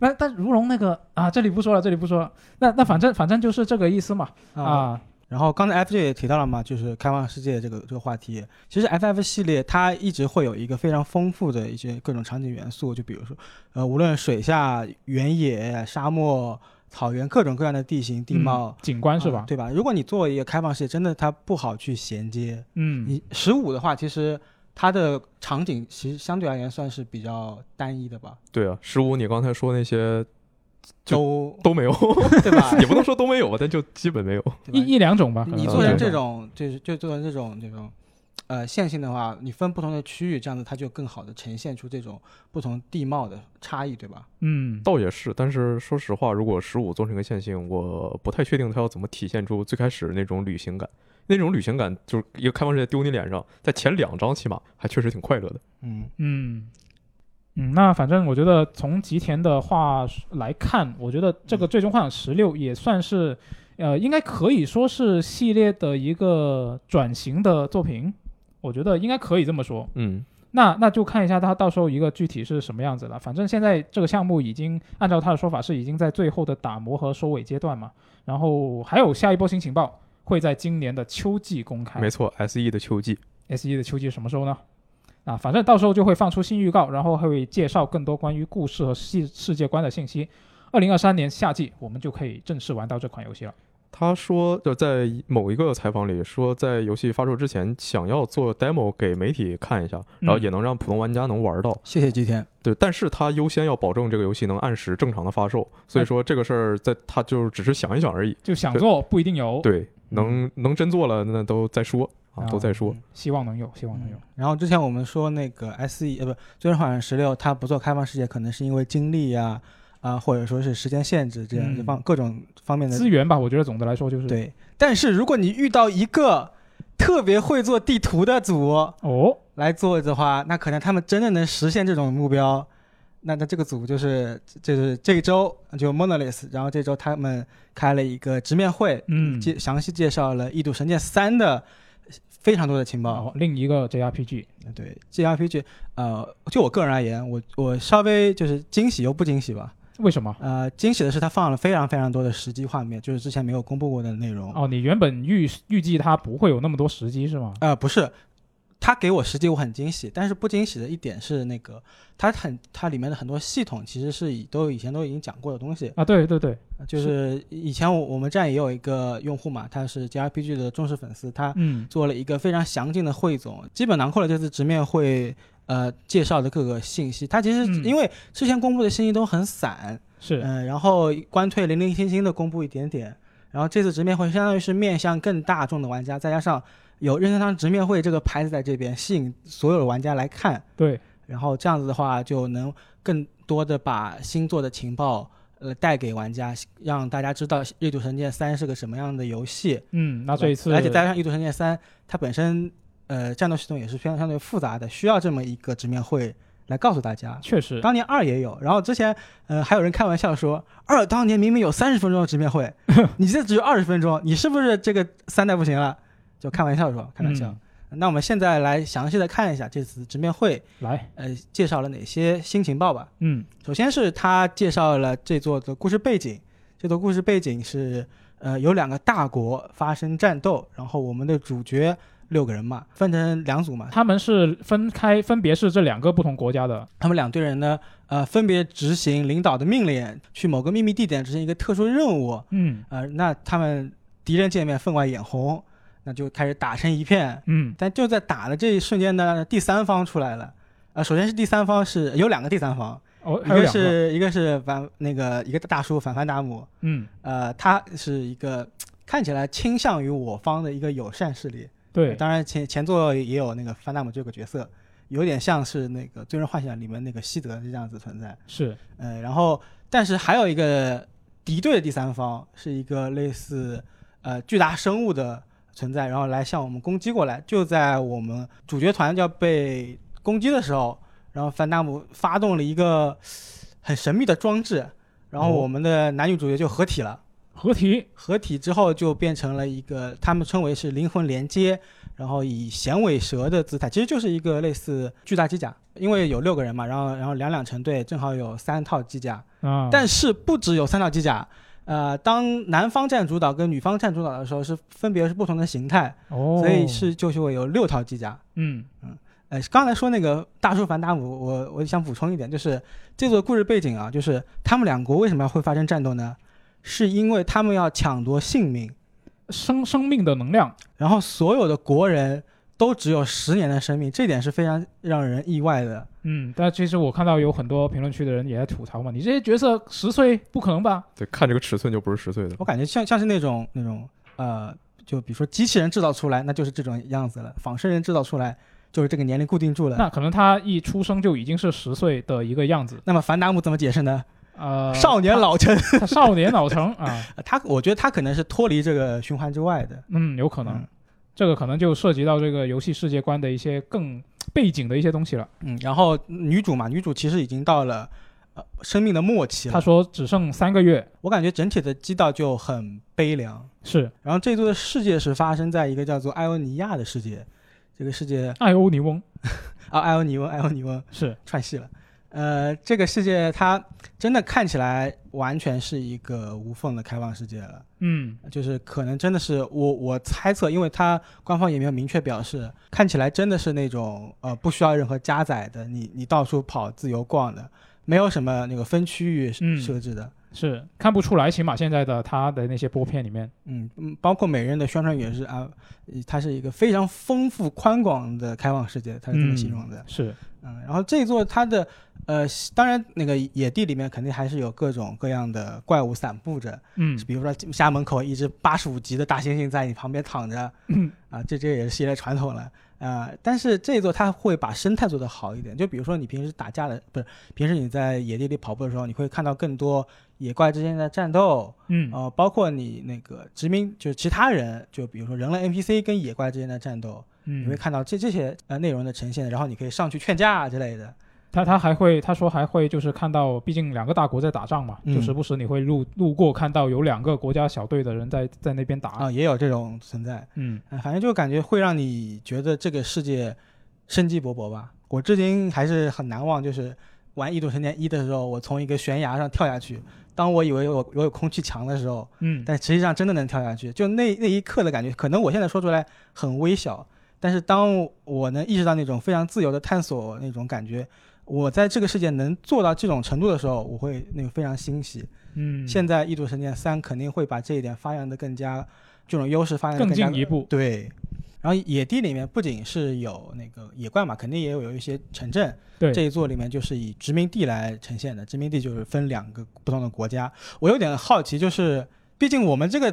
B: 那但如龙那个啊，这里不说了，这里不说了。那那反正反正就是这个意思嘛
C: 啊。
B: 啊，
C: 然后刚才 FJ 也提到了嘛，就是开放世界这个这个话题。其实 FF 系列它一直会有一个非常丰富的一些各种场景元素，就比如说，呃，无论水下、原野、沙漠、草原各种各样的地形地貌
B: 嗯，景观是吧
C: 啊？对吧？如果你做一个开放世界，真的它不好去衔接。
B: 嗯
C: 你十五的话，其实它的场景其实相对而言算是比较单一的吧，
D: 对啊，十五你刚才说那些就
C: 都
D: 都没有，
C: 对吧？
D: 也不能说都没有吧，但就基本没有。
C: 对吧
B: 一一两种啊吧。可能
C: 你
D: 嗯
C: 做
D: 对
C: 成
D: 吧
C: 这种，就是就做成这种这种，呃，线性的话，你分不同的区域，这样子它就更好的呈现出这种不同地貌的差异，对吧？
B: 嗯，
D: 倒也是，但是说实话，如果十五做成一个线性，我不太确定它要怎么体现出最开始那种旅行感。那种旅行感就是一个开放世界丢你脸上，在前两章起码还确实挺快乐的。
C: 嗯，
B: 嗯，嗯，那反正我觉得从吉田的话来看，我觉得这个《最终幻想十六》也算是，呃，应该可以说是系列的一个转型的作品，我觉得应该可以这么说。
D: 嗯，
B: 那那就看一下他到时候一个具体是什么样子了。反正现在这个项目已经按照他的说法是已经在最后的打磨和收尾阶段嘛，然后还有下一波新情报会在今年的秋季公开。
D: 没错，S E 的秋季，
B: S E 的秋季什么时候呢？啊，反正到时候就会放出新预告，然后会介绍更多关于故事和世世界观的信息。二零二三年夏季，我们就可以正式玩到这款游戏了。
D: 他说就在某一个采访里说，在游戏发售之前想要做 demo 给媒体看一下，然后也能让普通玩家能玩到。
C: 谢谢吉田。
D: 对，但是他优先要保证这个游戏能按时正常的发售，所以说这个事儿在他就是只是想一想而已。
B: 就想做不一定有，
D: 对，能能真做了那都再说嗯啊
B: 啊，
D: 都再说。
B: 希望能有，希望能有。
C: 嗯然后之前我们说那个 S E 呃不，最终幻想十六它不做开放世界，可能是因为精力呀、啊。或者说是时间限制这样
B: 嗯
C: 方、各种方面的
B: 资源吧，我觉得总的来说就是
C: 对，但是如果你遇到一个特别会做地图的组，
B: 哦，
C: 来做的话，那可能他们真的能实现这种目标。那那这个组就是就是这一周就 Monolith，然后这周他们开了一个直面会，
B: 嗯，
C: 介详细介绍了《异度神剑三》的非常多的情报。
B: 哦，另一个 J R P G，
C: 对 JRPG，呃，就我个人而言，我我稍微就是惊喜又不惊喜吧。
B: 为什么？
C: 呃，惊喜的是它放了非常非常多的实际画面，就是之前没有公布过的内容。
B: 哦，你原本预预计它不会有那么多时机是吗？
C: 呃，不是，他给我实际我很惊喜，但是不惊喜的一点是那个，它很它里面的很多系统其实是以都以前都已经讲过的东西，
B: 啊，对对对，
C: 就是以前我我们站也有一个用户嘛，他是 JRPG 的忠实粉丝，他
B: 嗯
C: 做了一个非常详尽的汇总，基本囊括了这次直面会呃介绍的各个信息。它其实
B: 嗯
C: 因为之前公布的信息都很散，
B: 是，
C: 嗯，然后官退零零星星的公布一点点，然后这次直面会相当于是面向更大众的玩家，再加上有任天堂直面会这个牌子在这边，吸引所有的玩家来看，
B: 对，
C: 然后这样子的话就能更多的把星座的情报呃带给玩家，让大家知道《异度神剑三》是个什么样的游戏。
B: 嗯，那
C: 对吧
B: 这一次，
C: 而且再加上《异度神剑三》，它本身呃战斗系统也是非常相对复杂的，需要这么一个直面会来告诉大家。
B: 确实，
C: 当年二也有，然后之前呃还有人开玩笑说，二当年明明有三十分钟的直面会，你这只有二十分钟，你是不是这个三代不行了？就开玩笑说，开玩笑。
B: 嗯
C: 那我们现在来详细的看一下这次直面会，
B: 来，
C: 呃，介绍了哪些新情报吧。
B: 嗯
C: 首先是他介绍了这座的故事背景，这座故事背景是呃有两个大国发生战斗，然后我们的主角六个人嘛，分成两组嘛，
B: 他们是分开，分别是这两个不同国家的
C: 他们两队人呢，呃，分别执行领导的命令，去某个秘密地点执行一个特殊任务。
B: 嗯
C: 呃，那他们敌人见面分外眼红，那就开始打成一片。
B: 嗯
C: 但就在打的这一瞬间呢，第三方出来了。呃，首先是第三方是有两个第三方，
B: 哦，
C: 一
B: 还有
C: 个
B: 两个
C: 是一个是反那个一个大叔反反达姆，
B: 嗯
C: 呃，他是一个看起来倾向于我方的一个友善势力。
B: 对
C: 当然前前作也有那个范达姆这个角色，有点像是那个《最终幻想》里面那个西德这样子存在。
B: 是
C: 呃，然后但是还有一个敌对的第三方是一个类似呃巨大生物的存在，然后来向我们攻击过来。就在我们主角团要被攻击的时候，然后范达姆发动了一个很神秘的装置，然后
B: 哦
C: 我们的男女主角就合体了。
B: 合体
C: 合体之后就变成了一个他们称为是灵魂连接，然后以衔尾蛇的姿态，其实就是一个类似巨大机甲，因为有六个人嘛，然后然后两两成队，正好有三套机甲，
B: 啊，
C: 但是不只有三套机甲。呃，当男方占主导跟女方占主导的时候，是分别是不同的形态，
B: 哦，
C: 所以是就是会有六套机甲。
B: 嗯
C: 呃，刚才说那个大叔凡达姆，我我想补充一点，就是这个故事背景啊，就是他们两国为什么会发生战斗呢？是因为他们要抢夺性命，
B: 生生命的能量
C: 然后所有的国人都只有十年的生命，这点是非常让人意外的。
B: 嗯，但其实我看到有很多评论区的人也在吐槽嘛，你这些角色十岁不可能吧？
D: 对，看这个尺寸就不是十岁的。
C: 我感觉像像是那种那种呃，就比如说机器人制造出来，那就是这种样子了；仿生人制造出来，就是这个年龄固定住了。
B: 那可能他一出生就已经是十岁的一个样子，
C: 那么凡达姆怎么解释呢？
B: 呃，
C: 少年老成，
B: 他他少年老 成啊，
C: 他我觉得他可能是脱离这个循环之外的。
B: 嗯，有可能，
C: 嗯
B: 这个可能就涉及到这个游戏世界观的一些更背景的一些东西了。
C: 嗯，然后女主嘛，女主其实已经到了呃生命的末期
B: 他
C: 了。
B: 说只剩三个月，
C: 我感觉整体的基调就很悲凉。
B: 是
C: 然后这座的世界是发生在一个叫做艾欧尼亚的世界，这个世界
B: 艾欧尼翁，
C: 啊，艾欧尼翁，艾欧尼翁
B: 是
C: 串戏了。呃，这个世界它真的看起来完全是一个无缝的开放世界了，
B: 嗯
C: 就是可能真的是我我猜测，因为它官方也没有明确表示，看起来真的是那种呃不需要任何加载的，你你到处跑自由逛的，没有什么那个分区域设
B: 嗯
C: 设置的。
B: 是看不出来，起码现在的他的那些播片里面，
C: 嗯嗯，包括每人的宣传语也是啊，呃它是一个非常丰富宽广的开放世界，它是这么形容的。
B: 是
C: 嗯然后这座它的呃，当然那个野地里面肯定还是有各种各样的怪物散布着，
B: 嗯
C: 比如说家门口一只八十五级的大猩猩在你旁边躺着，
B: 嗯
C: 啊，这这也是系列传统了。啊，但是这一座它会把生态做得好一点，就比如说你平时打架的，不是平时你在野地里跑步的时候，你会看到更多野怪之间的战斗，
B: 嗯
C: 呃，包括你那个殖民，就是其他人，就比如说人类 NPC 跟野怪之间的战斗，你会
B: 嗯，
C: 看到这这些呃内容的呈现，然后你可以上去劝架啊之类的。
B: 他他还会他说还会就是看到，毕竟两个大国在打仗嘛，
C: 嗯
B: 就时不时你会路路过看到有两个国家小队的人在在那边打，
C: 啊，也有这种存在。
B: 嗯
C: 呃反正就感觉会让你觉得这个世界生机勃勃吧。我至今还是很难忘，就是玩《异度神剑一》的时候，我从一个悬崖上跳下去，当我以为我我有空气墙的时候，
B: 嗯
C: 但实际上真的能跳下去。就那那一刻的感觉，可能我现在说出来很微小，但是当我能意识到那种非常自由的探索那种感觉。我在这个世界能做到这种程度的时候，我会那个非常欣喜。
B: 嗯，
C: 现在《异度神剑三》肯定会把这一点发扬的更加，这种优势发扬得
B: 更
C: 加
B: 进一步，
C: 对，然后野地里面不仅是有那个野怪嘛，肯定也有有一些城镇。
B: 对
C: 这一座里面就是以殖民地来呈现的，殖民地就是分两个不同的国家。我有点好奇，就是毕竟我们这个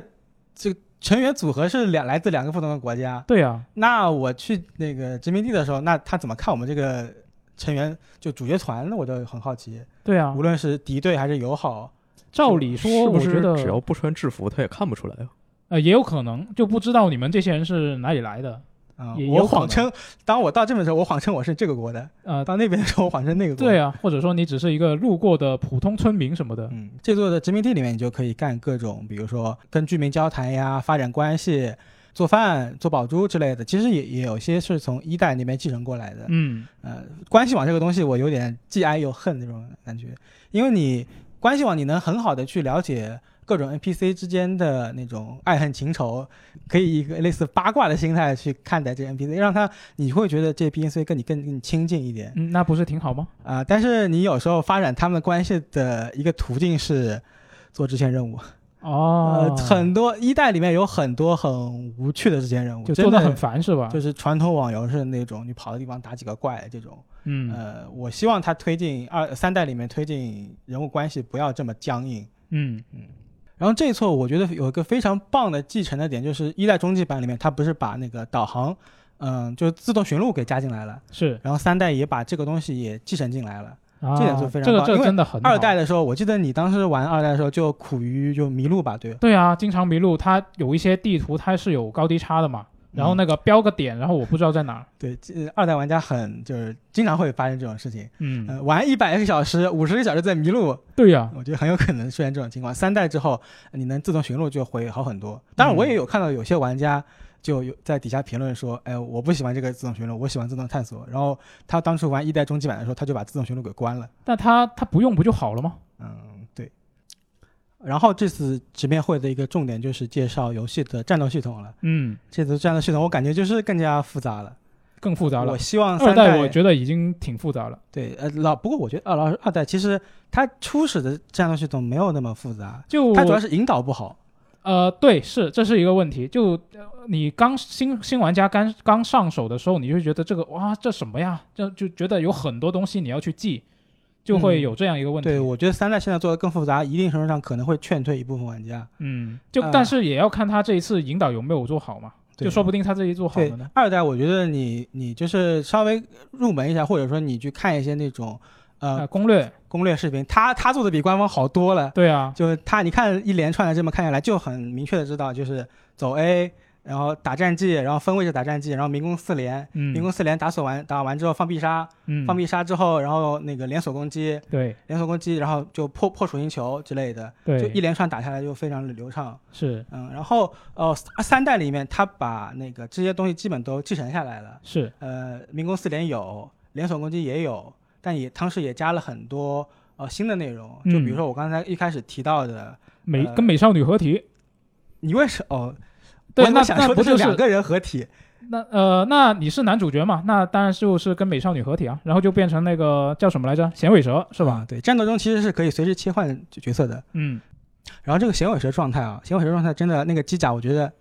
C: 这个成员组合是两来自两个不同的国家，
B: 对啊，
C: 那我去那个殖民地的时候，那他怎么看我们这个成员就主角团呢？我就很好奇，
B: 对啊
C: 无，论是敌对还是友好，
B: 照理说，
D: 是
B: 我
D: 不
B: 觉
D: 是
B: 得
D: 只要不穿制服，他也看不出来啊？
B: 呃也有可能就不知道你们这些人是哪里来的，
C: 啊、
B: 也有
C: 我
B: 可能
C: 谎称，当我到这边的时候，我谎称我是这个国的；
B: 呃，
C: 到那边的时候，我谎称那个国的。
B: 对啊，或者说你只是一个路过的普通村民什么的，
C: 嗯，这座的殖民地里面，你就可以干各种，比如说跟居民交谈呀、发展关系、做饭、做宝珠之类的。其实也也有些是从一代那边继承过来的。
B: 嗯，
C: 呃，关系网这个东西，我有点既爱又恨那种感觉，因为你关系网你能很好的去了解各种 NPC 之间的那种爱恨情仇，可以以一个类似八卦的心态去看待这个 NPC，让他你会觉得这 NPC 跟你更更亲近一点
B: 嗯，那不是挺好吗？
C: 啊、但是你有时候发展他们的关系的一个途径是做支线任务，
B: 哦
C: 呃，，很多一代里面有很多很无趣的支线任务，
B: 就
C: 真
B: 做
C: 的
B: 的很烦是吧？
C: 就是传统网游是那种你跑的地方打几个怪这种。
B: 嗯
C: 呃，我希望它推进二三代里面推进人物关系不要这么僵硬。
B: 嗯
C: 然后这一错我觉得有一个非常棒的继承的点，就是一代终极版里面它不是把那个导航，嗯、就是自动寻路给加进来了，
B: 是
C: 然后三代也把这个东西也继承进来了。
B: 啊，
C: 这点就非常
B: 这个
C: 棒
B: 这
C: 因
B: 个
C: 为
B: 真的很好
C: 二代的时候，我记得你当时玩二代的时候就苦于就迷路吧，对吧？
B: 对啊，经常迷路，它有一些地图它是有高低差的嘛，
C: 嗯
B: 然后那个标个点，然后我不知道在哪儿。
C: 对，这二代玩家很就是经常会发生这种事情，
B: 嗯，
C: 呃，玩一百个小时、五十个小时在迷路，
B: 对呀，
C: 我觉得很有可能出现这种情况。三代之后，你能自动寻路就会好很多。当然，我也有看到有些玩家就有在底下评论说：“
B: 嗯
C: 哎，我不喜欢这个自动寻路，我喜欢自动探索。”然后他当初玩一代终极版的时候，他就把自动寻路给关了。
B: 但它它不用不就好了吗？
C: 嗯，对。然后这次直面会的一个重点就是介绍游戏的战斗系统了。
B: 嗯，
C: 这次战斗系统我感觉就是更加复杂了。
B: 更复杂了
C: 我。希望
B: 二
C: 三
B: 代我觉得已经挺复杂了。
C: 对呃老不过我觉得二老二代其实它初始的战斗系统没有那么复杂，
B: 就
C: 它主要是引导不好。
B: 呃，对，是这是一个问题。就呃你刚新新玩家刚刚上手的时候，你就觉得这个哇，这什么呀？这就觉得有很多东西你要去记，就会
C: 嗯
B: 有这样一个问题。
C: 对，我觉得三代现在做的更复杂，一定程度上可能会劝退一部分玩家。
B: 嗯，就、
C: 啊
B: 但是也要看他这一次引导有没有做好嘛，
C: 对
B: 就说不定他这一做好
C: 对
B: 了呢。
C: 二代，我觉得你你就是稍微入门一下，或者说你去看一些那种
B: 啊、
C: 呃
B: 攻略，
C: 攻略视频，他他做的比官方好多了。
B: 对啊，
C: 就是他，你看一连串的这么看下来，就很明确的知道，就是走 A，然后打战绩，然后分位置打战绩，然后民工四连，
B: 嗯，
C: 民工四连打锁完打完之后放必杀，
B: 嗯，
C: 放必杀之后，然后那个连锁攻击，
B: 对
C: 连锁攻击，然后就破破属性球之类的，
B: 对，
C: 就一连串打下来就非常的流畅。
B: 是
C: 嗯，然后呃三三代里面，他把那个这些东西基本都继承下来了。
B: 是，
C: 呃，民工四连有，连锁攻击也有，但也当时也加了很多呃新的内容，就比如
B: 嗯
C: 说我刚才一开始提到的，
B: 美、
C: 呃
B: 跟美少女合体，
C: 你为什哦？
B: 对
C: 我
B: 那
C: 我想
B: 那
C: 说
B: 不
C: 的
B: 就是
C: 是两个人合体，
B: 那呃，那你是男主角嘛？那当然就是跟美少女合体啊，然后就变成那个叫什么来着？响尾蛇是
C: 是
B: 吧？？
C: 对，嗯战斗中其实是可以随时切换角色的。
B: 嗯，
C: 然后这个响尾蛇状态啊，响尾蛇状态真的那个机甲，我觉得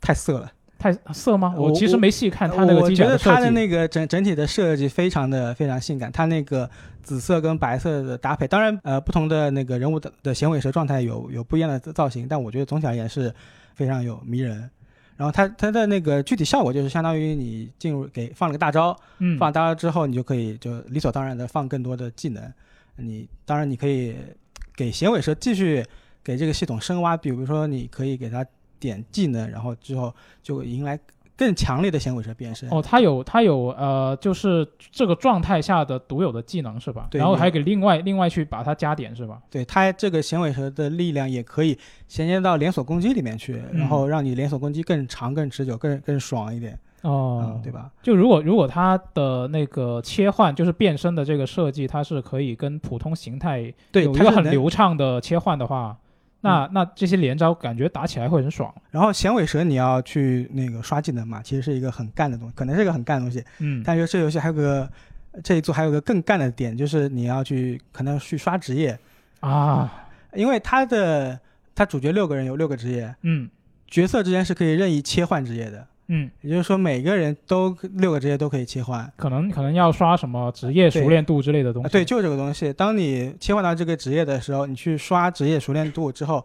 C: 太色了。
B: 太色吗？
C: 我
B: 其实
C: 我
B: 没细看他那个
C: 我
B: 机
C: 觉
B: 甲
C: 得
B: 设
C: 它
B: 计。
C: 的那个整整体的设计非常的非常性感，它那个紫色跟白色的搭配，当然呃不同的那个人物的的响尾蛇状态有有不一样的造型，但我觉得总体而言是非常有迷人。然后它它的那个具体效果就是相当于你进入给放了个大招，
B: 嗯，
C: 放大招之后你就可以就理所当然的放更多的技能，你当然你可以给响尾蛇继续给这个系统深挖，比如说你可以给它点技能，然后之后就迎来更强烈的响尾蛇变身。
B: 哦，他有他有呃，就是这个状态下的独有的技能是吧？
C: 对
B: 然后
C: 有
B: 还给另外另外去把它加点是吧？
C: 对它这个响尾蛇的力量也可以衔接到连锁攻击里面去，
B: 嗯
C: 然后让你连锁攻击更长、更持久、更更爽一点，
B: 哦
C: 嗯，，对？吧？
B: 就如果如果它的那个切换就是变身的这个设计，它是可以跟普通形态
C: 对，
B: 有一
C: 它嗯
B: 个
C: 是
B: 很
C: 能。
B: 流畅的切换的话，那、那这些连招感觉打起来会很爽。
C: 然后响尾蛇你要去那个刷技能嘛，其实是一个很干的东西，可能是一个很干的东西。
B: 嗯，
C: 但是这游戏还有个这一组还有个更干的点，就是你要去可能去刷职业，
B: 啊，
C: 因为它的它主角六个人有六个职业，
B: 嗯
C: 角色之间是可以任意切换职业的，
B: 嗯，
C: 也就是说每个人都六个职业都可以切换。
B: 可能可能要刷什么职业熟练度之类的东
C: 啊，
B: 西。
C: 对，就是这个东西。当你切换到这个职业的时候，你去刷职业熟练度之后，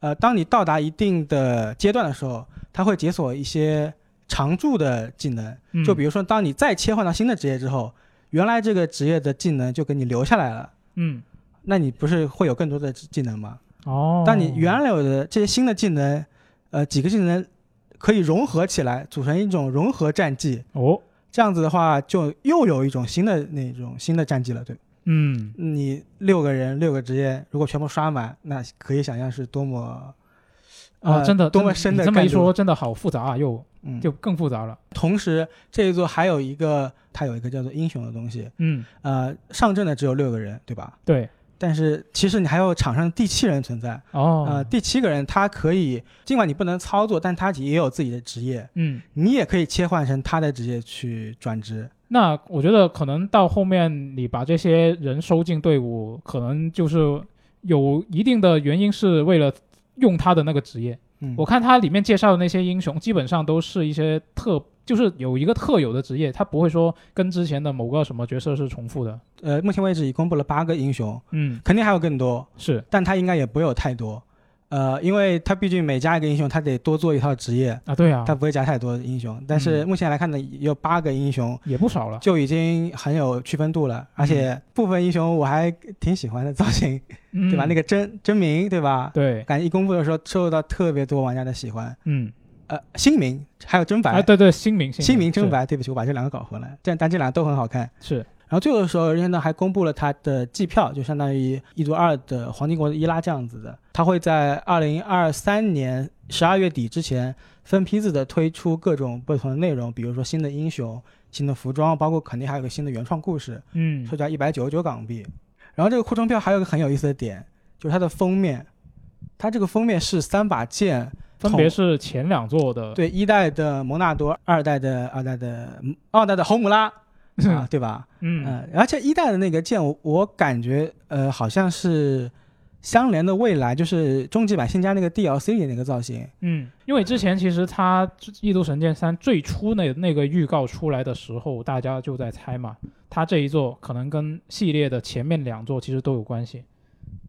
C: 呃，当你到达一定的阶段的时候，它会解锁一些常驻的技能。
B: 嗯
C: 就比如说，当你再切换到新的职业之后，原来这个职业的技能就给你留下来了，
B: 嗯
C: 那你不是会有更多的技技能吗？
B: 哦，
C: 当你原来有的这些新的技能，呃，几个技能可以融合起来，组成一种融合战绩。
B: 哦，
C: 这样子的话，就又有一种新的那种新的战绩了，对吧。
B: 嗯，
C: 你六个人六个职业，如果全部刷满，那可以想象是多么
B: 啊、
C: 呃
B: 真的，
C: 多么
B: 真
C: 深
B: 你
C: 的
B: 这么
C: 感
B: 一
C: 觉
B: 说，真的好复杂啊，又
C: 嗯，
B: 就更复杂了。
C: 同时这一座还有一个，它有一个叫做英雄的东西，
B: 嗯，
C: 呃，上阵的只有六个人，对吧？
B: 对，
C: 但是其实你还有场上第七人存在，
B: 哦，
C: 呃，第七个人他可以，尽管你不能操作，但他也有自己的职业，
B: 嗯，
C: 你也可以切换成他的职业去转职。
B: 那我觉得可能到后面你把这些人收进队伍，可能就是有一定的原因是为了用他的那个职业。
C: 嗯，
B: 我看它里面介绍的那些英雄，基本上都是一些特，就是有一个特有的职业，它不会说跟之前的某个什么角色是重复的。
C: 呃，目前为止已公布了八个英雄，
B: 嗯，
C: 肯定还有更多，
B: 是
C: 但他应该也不会有太多。呃，因为他毕竟每加一个英雄，他得多做一套职业，
B: 啊，对啊
C: 他，不会加太多英雄。但是
B: 嗯
C: 目前来看呢，也有八个英雄，
B: 也不少了。
C: 就已经很有区分度了。而且部分英雄我还挺喜欢的造型，
B: 嗯、
C: 对吧？那个真真名，对吧？
B: 对，
C: 感觉一公布的时候受到特别多玩家的喜欢。
B: 嗯，
C: 呃，新名还有真白，
B: 啊，对对，新明
C: 新名真
B: 版
C: 白，对不起，我把这两个搞混了。但但这两个都很好看。
B: 是
C: 然后最后的时候，任天堂还公布了它的季票，就相当于一读二的黄金国的伊拉这样子的。它会在二零二三年十二月底之前分批次的推出各种不同的内容，比如说新的英雄、新的服装，包括肯定还有个新的原创故事，
B: 嗯
C: 售价一百九十九港币。然后这个扩充票还有一个很有意思的点，就是它的封面，它这个封面是三把剑
B: 分别是前两座的，
C: 对，一代的蒙纳多，二代的二代的嗯二代的红姆拉啊，对吧？
B: 嗯，
D: 哎
C: 嗯，而且一代的那个剑，我我感觉呃好像是相连的未来，就是终极版新加那个 DLC 里那个造型。
B: 嗯，因为之前其实它《异度神剑三》最初那那个预告出来的时候，大家就在猜嘛，它这一座可能跟系列的前面两座其实都有关系，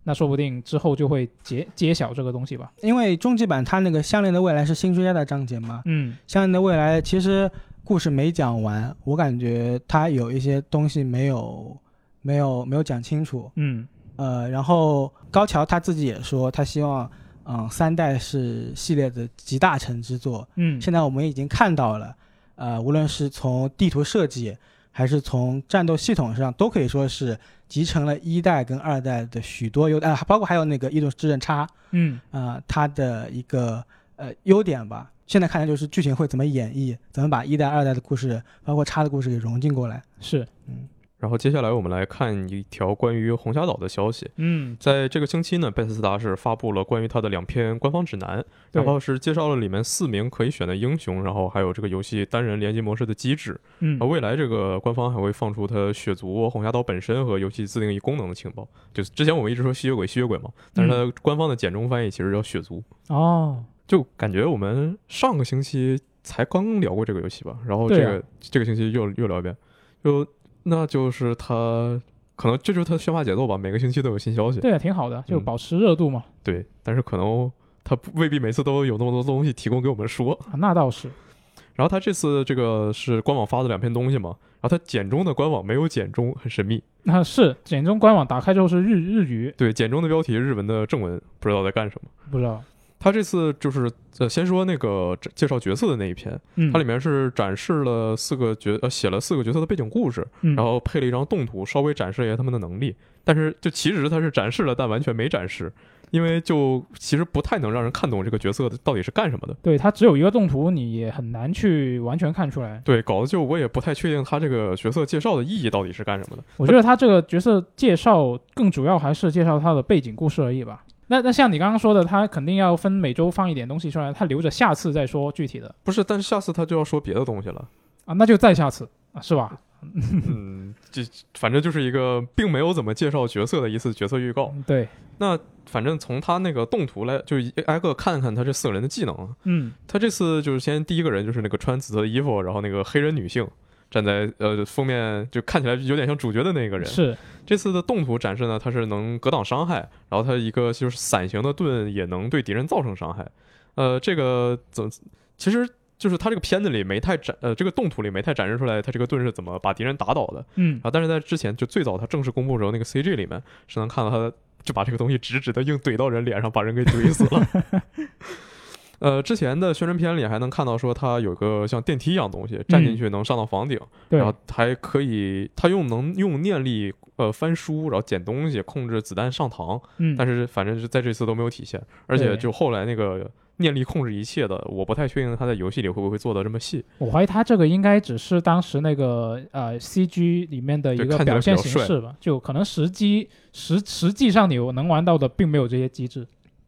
B: 那说不定之后就会揭揭晓这个东西吧。
C: 因为终极版它那个相连的未来是新追加的章节嘛，
B: 嗯
C: 相连的未来其实故事没讲完，我感觉它有一些东西没有没有没有讲清楚。
B: 嗯
C: 呃，然后高桥他自己也说，他希望，嗯，三代是系列的集大成之作。
B: 嗯
C: 现在我们已经看到了，呃，无论是从地图设计，还是从战斗系统上，都可以说是集成了一代跟二代的许多优，啊、包括还有那个《异度之刃叉》，
B: 嗯
C: 啊，它的一个呃优点吧。现在看来就是剧情会怎么演绎，怎么把一代、二代的故事，包括叉的故事给融进过来。
B: 是
D: 然后接下来我们来看一条关于红霞岛的消息。
B: 嗯
D: 在这个星期呢，贝斯达是发布了关于它的两篇官方指南，
B: 对
D: 然后是介绍了里面四名可以选的英雄，然后还有这个游戏单人联机模式的机制。
B: 嗯
D: 而未来这个官方还会放出它血族、红霞岛本身和游戏自定义功能的情报。就是之前我们一直说吸血鬼、吸血鬼嘛，但是
B: 嗯
D: 它官方的简中翻译其实叫血族。
B: 哦
D: 就感觉我们上个星期才刚聊过这个游戏吧，然后这
B: 对啊
D: 个、这个星期又又聊一遍，就那就是它可能这就是它的宣发节奏吧，每个星期都有新消息，
B: 对啊，挺好的，就
D: 嗯
B: 保持热度嘛。
D: 对但是可能它不未必每次都有那么多东西提供给我们说。
B: 啊那倒是，
D: 然后它这次这个是官网发的两篇东西嘛，然后它简中的官网没有简中，很神秘。
B: 那、是简中官网打开之后是日日语，
D: 对，简中的标题日文的正文不知道在干什么。
B: 不知道。
D: 它这次就是呃，先说那个介绍角色的那一篇，
B: 嗯，
D: 它里面是展示了四个角呃，写了四个角色的背景故事，
B: 嗯
D: 然后配了一张动图，稍微展示了一下他们的能力。但是就其实它是展示了，但完全没展示，因为就其实不太能让人看懂这个角色到底是干什么的。
B: 对它只有一个动图，你也很难去完全看出来。
D: 对，搞得就我也不太确定他这个角色介绍的意义到底是干什么的。
B: 我觉得他这个角色介绍更主要还是介绍他的背景故事而已吧。那那像你刚刚说的，他肯定要分每周放一点东西出来，他留着下次再说具体的
D: 不是，但是下次他就要说别的东西了。
B: 啊，那就再下次啊，是吧？
D: 嗯，这反正就是一个并没有怎么介绍角色的一次角色预告。
B: 嗯对，
D: 那反正从他那个动图来，就一挨个看看他这四个人的技能啊。
B: 嗯
D: 他这次就是先第一个人就是那个穿紫色衣服，然后那个黑人女性站在呃封面，就看起来有点像主角的那个人。
B: 是
D: 这次的动图展示呢，它是能格挡伤害，然后它一个就是伞形的盾也能对敌人造成伤害。呃，这个怎其实就是它这个片子里没太展呃这个动图里没太展示出来它这个盾是怎么把敌人打倒的。
B: 嗯
D: 然后但是在之前就最早它正式公布的时候，那个 CG 里面是能看到它就把这个东西直直的硬怼到人脸上，把人给怼死了。 呃，之前的宣传片里还能看到说它有个像电梯一样东西，站进去能上到房顶，
B: 嗯对
D: 然后还可以它用能用念力呃翻书，然后捡东西，控制子弹上膛，
B: 嗯
D: 但是反正是在这次都没有体现，而且
B: 对
D: 就后来那个。念力控制一切的，我不太确定他在游戏里会不会做的这么细。
B: 我怀疑他这个应该只是当时那个呃 CG 里面的一
D: 对
B: 个
D: 看起
B: 表
D: 来比
B: 现
D: 较
B: 形
D: 帅
B: 式吧，就可能实际实实际上你能玩到的并没有这些机制，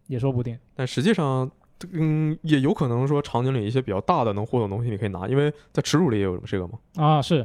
B: 也说不定。
D: 但实际上，嗯，也有可能说场景里一些比较大的能互动的东西你可以拿，因为在耻辱里也有这个嘛。
B: 啊，是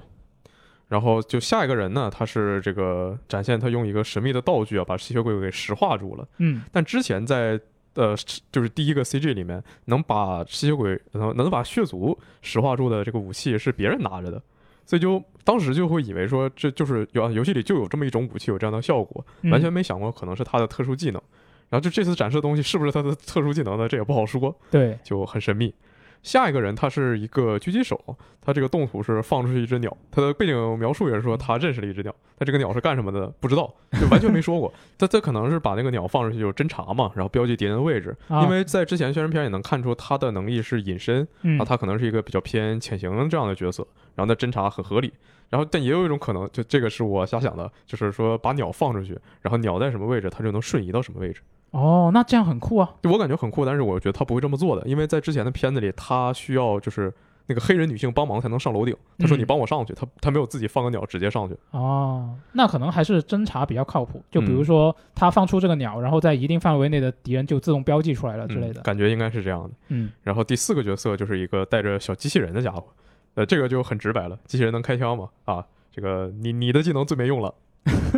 D: 然后就下一个人呢，他是这个展现他用一个神秘的道具啊，把吸血鬼给石化住了。
B: 嗯，
D: 但之前在呃，就是第一个 CG 里面能把吸血鬼能能把血族石化住的这个武器是别人拿着的，所以就当时就会以为说这就是有游戏里就有这么一种武器有这样的效果，
B: 嗯
D: 完全没想过可能是他的特殊技能。然后就这次展示的东西是不是他的特殊技能呢？这也不好说，
B: 对，
D: 就很神秘。下一个人他是一个狙击手，他这个动图是放出去一只鸟，他的背景描述也是说他认识了一只鸟，但这个鸟是干什么的不知道，就完全没说过。他他可能是把那个鸟放出去就是侦查嘛，然后标记敌人的位置，
B: 啊
D: 因为在之前宣传片也能看出他的能力是隐身，
B: 嗯
D: 啊，他可能是一个比较偏潜行这样的角色，然后他侦查很合理。然后，但也有一种可能，就这个是我瞎想的，就是说把鸟放出去，然后鸟在什么位置，它就能瞬移到什么位置。
B: 哦，那这样很酷啊，
D: 就我感觉很酷，但是我觉得他不会这么做的，因为在之前的片子里，他需要就是那个黑人女性帮忙才能上楼顶。他说：“
B: 嗯
D: 你帮我上去。他他没有自己放个鸟直接上去。
B: 哦，那可能还是侦查比较靠谱，就比如
D: 嗯
B: 说他放出这个鸟，然后在一定范围内的敌人就自动标记出来了啊之类
D: 嗯
B: 的，
D: 感觉应该是这样的。
B: 嗯
D: 然后第四个角色就是一个带着小机器人的家伙，呃，这个就很直白了，机器人能开枪吗？啊，这个你你的技能最没用了。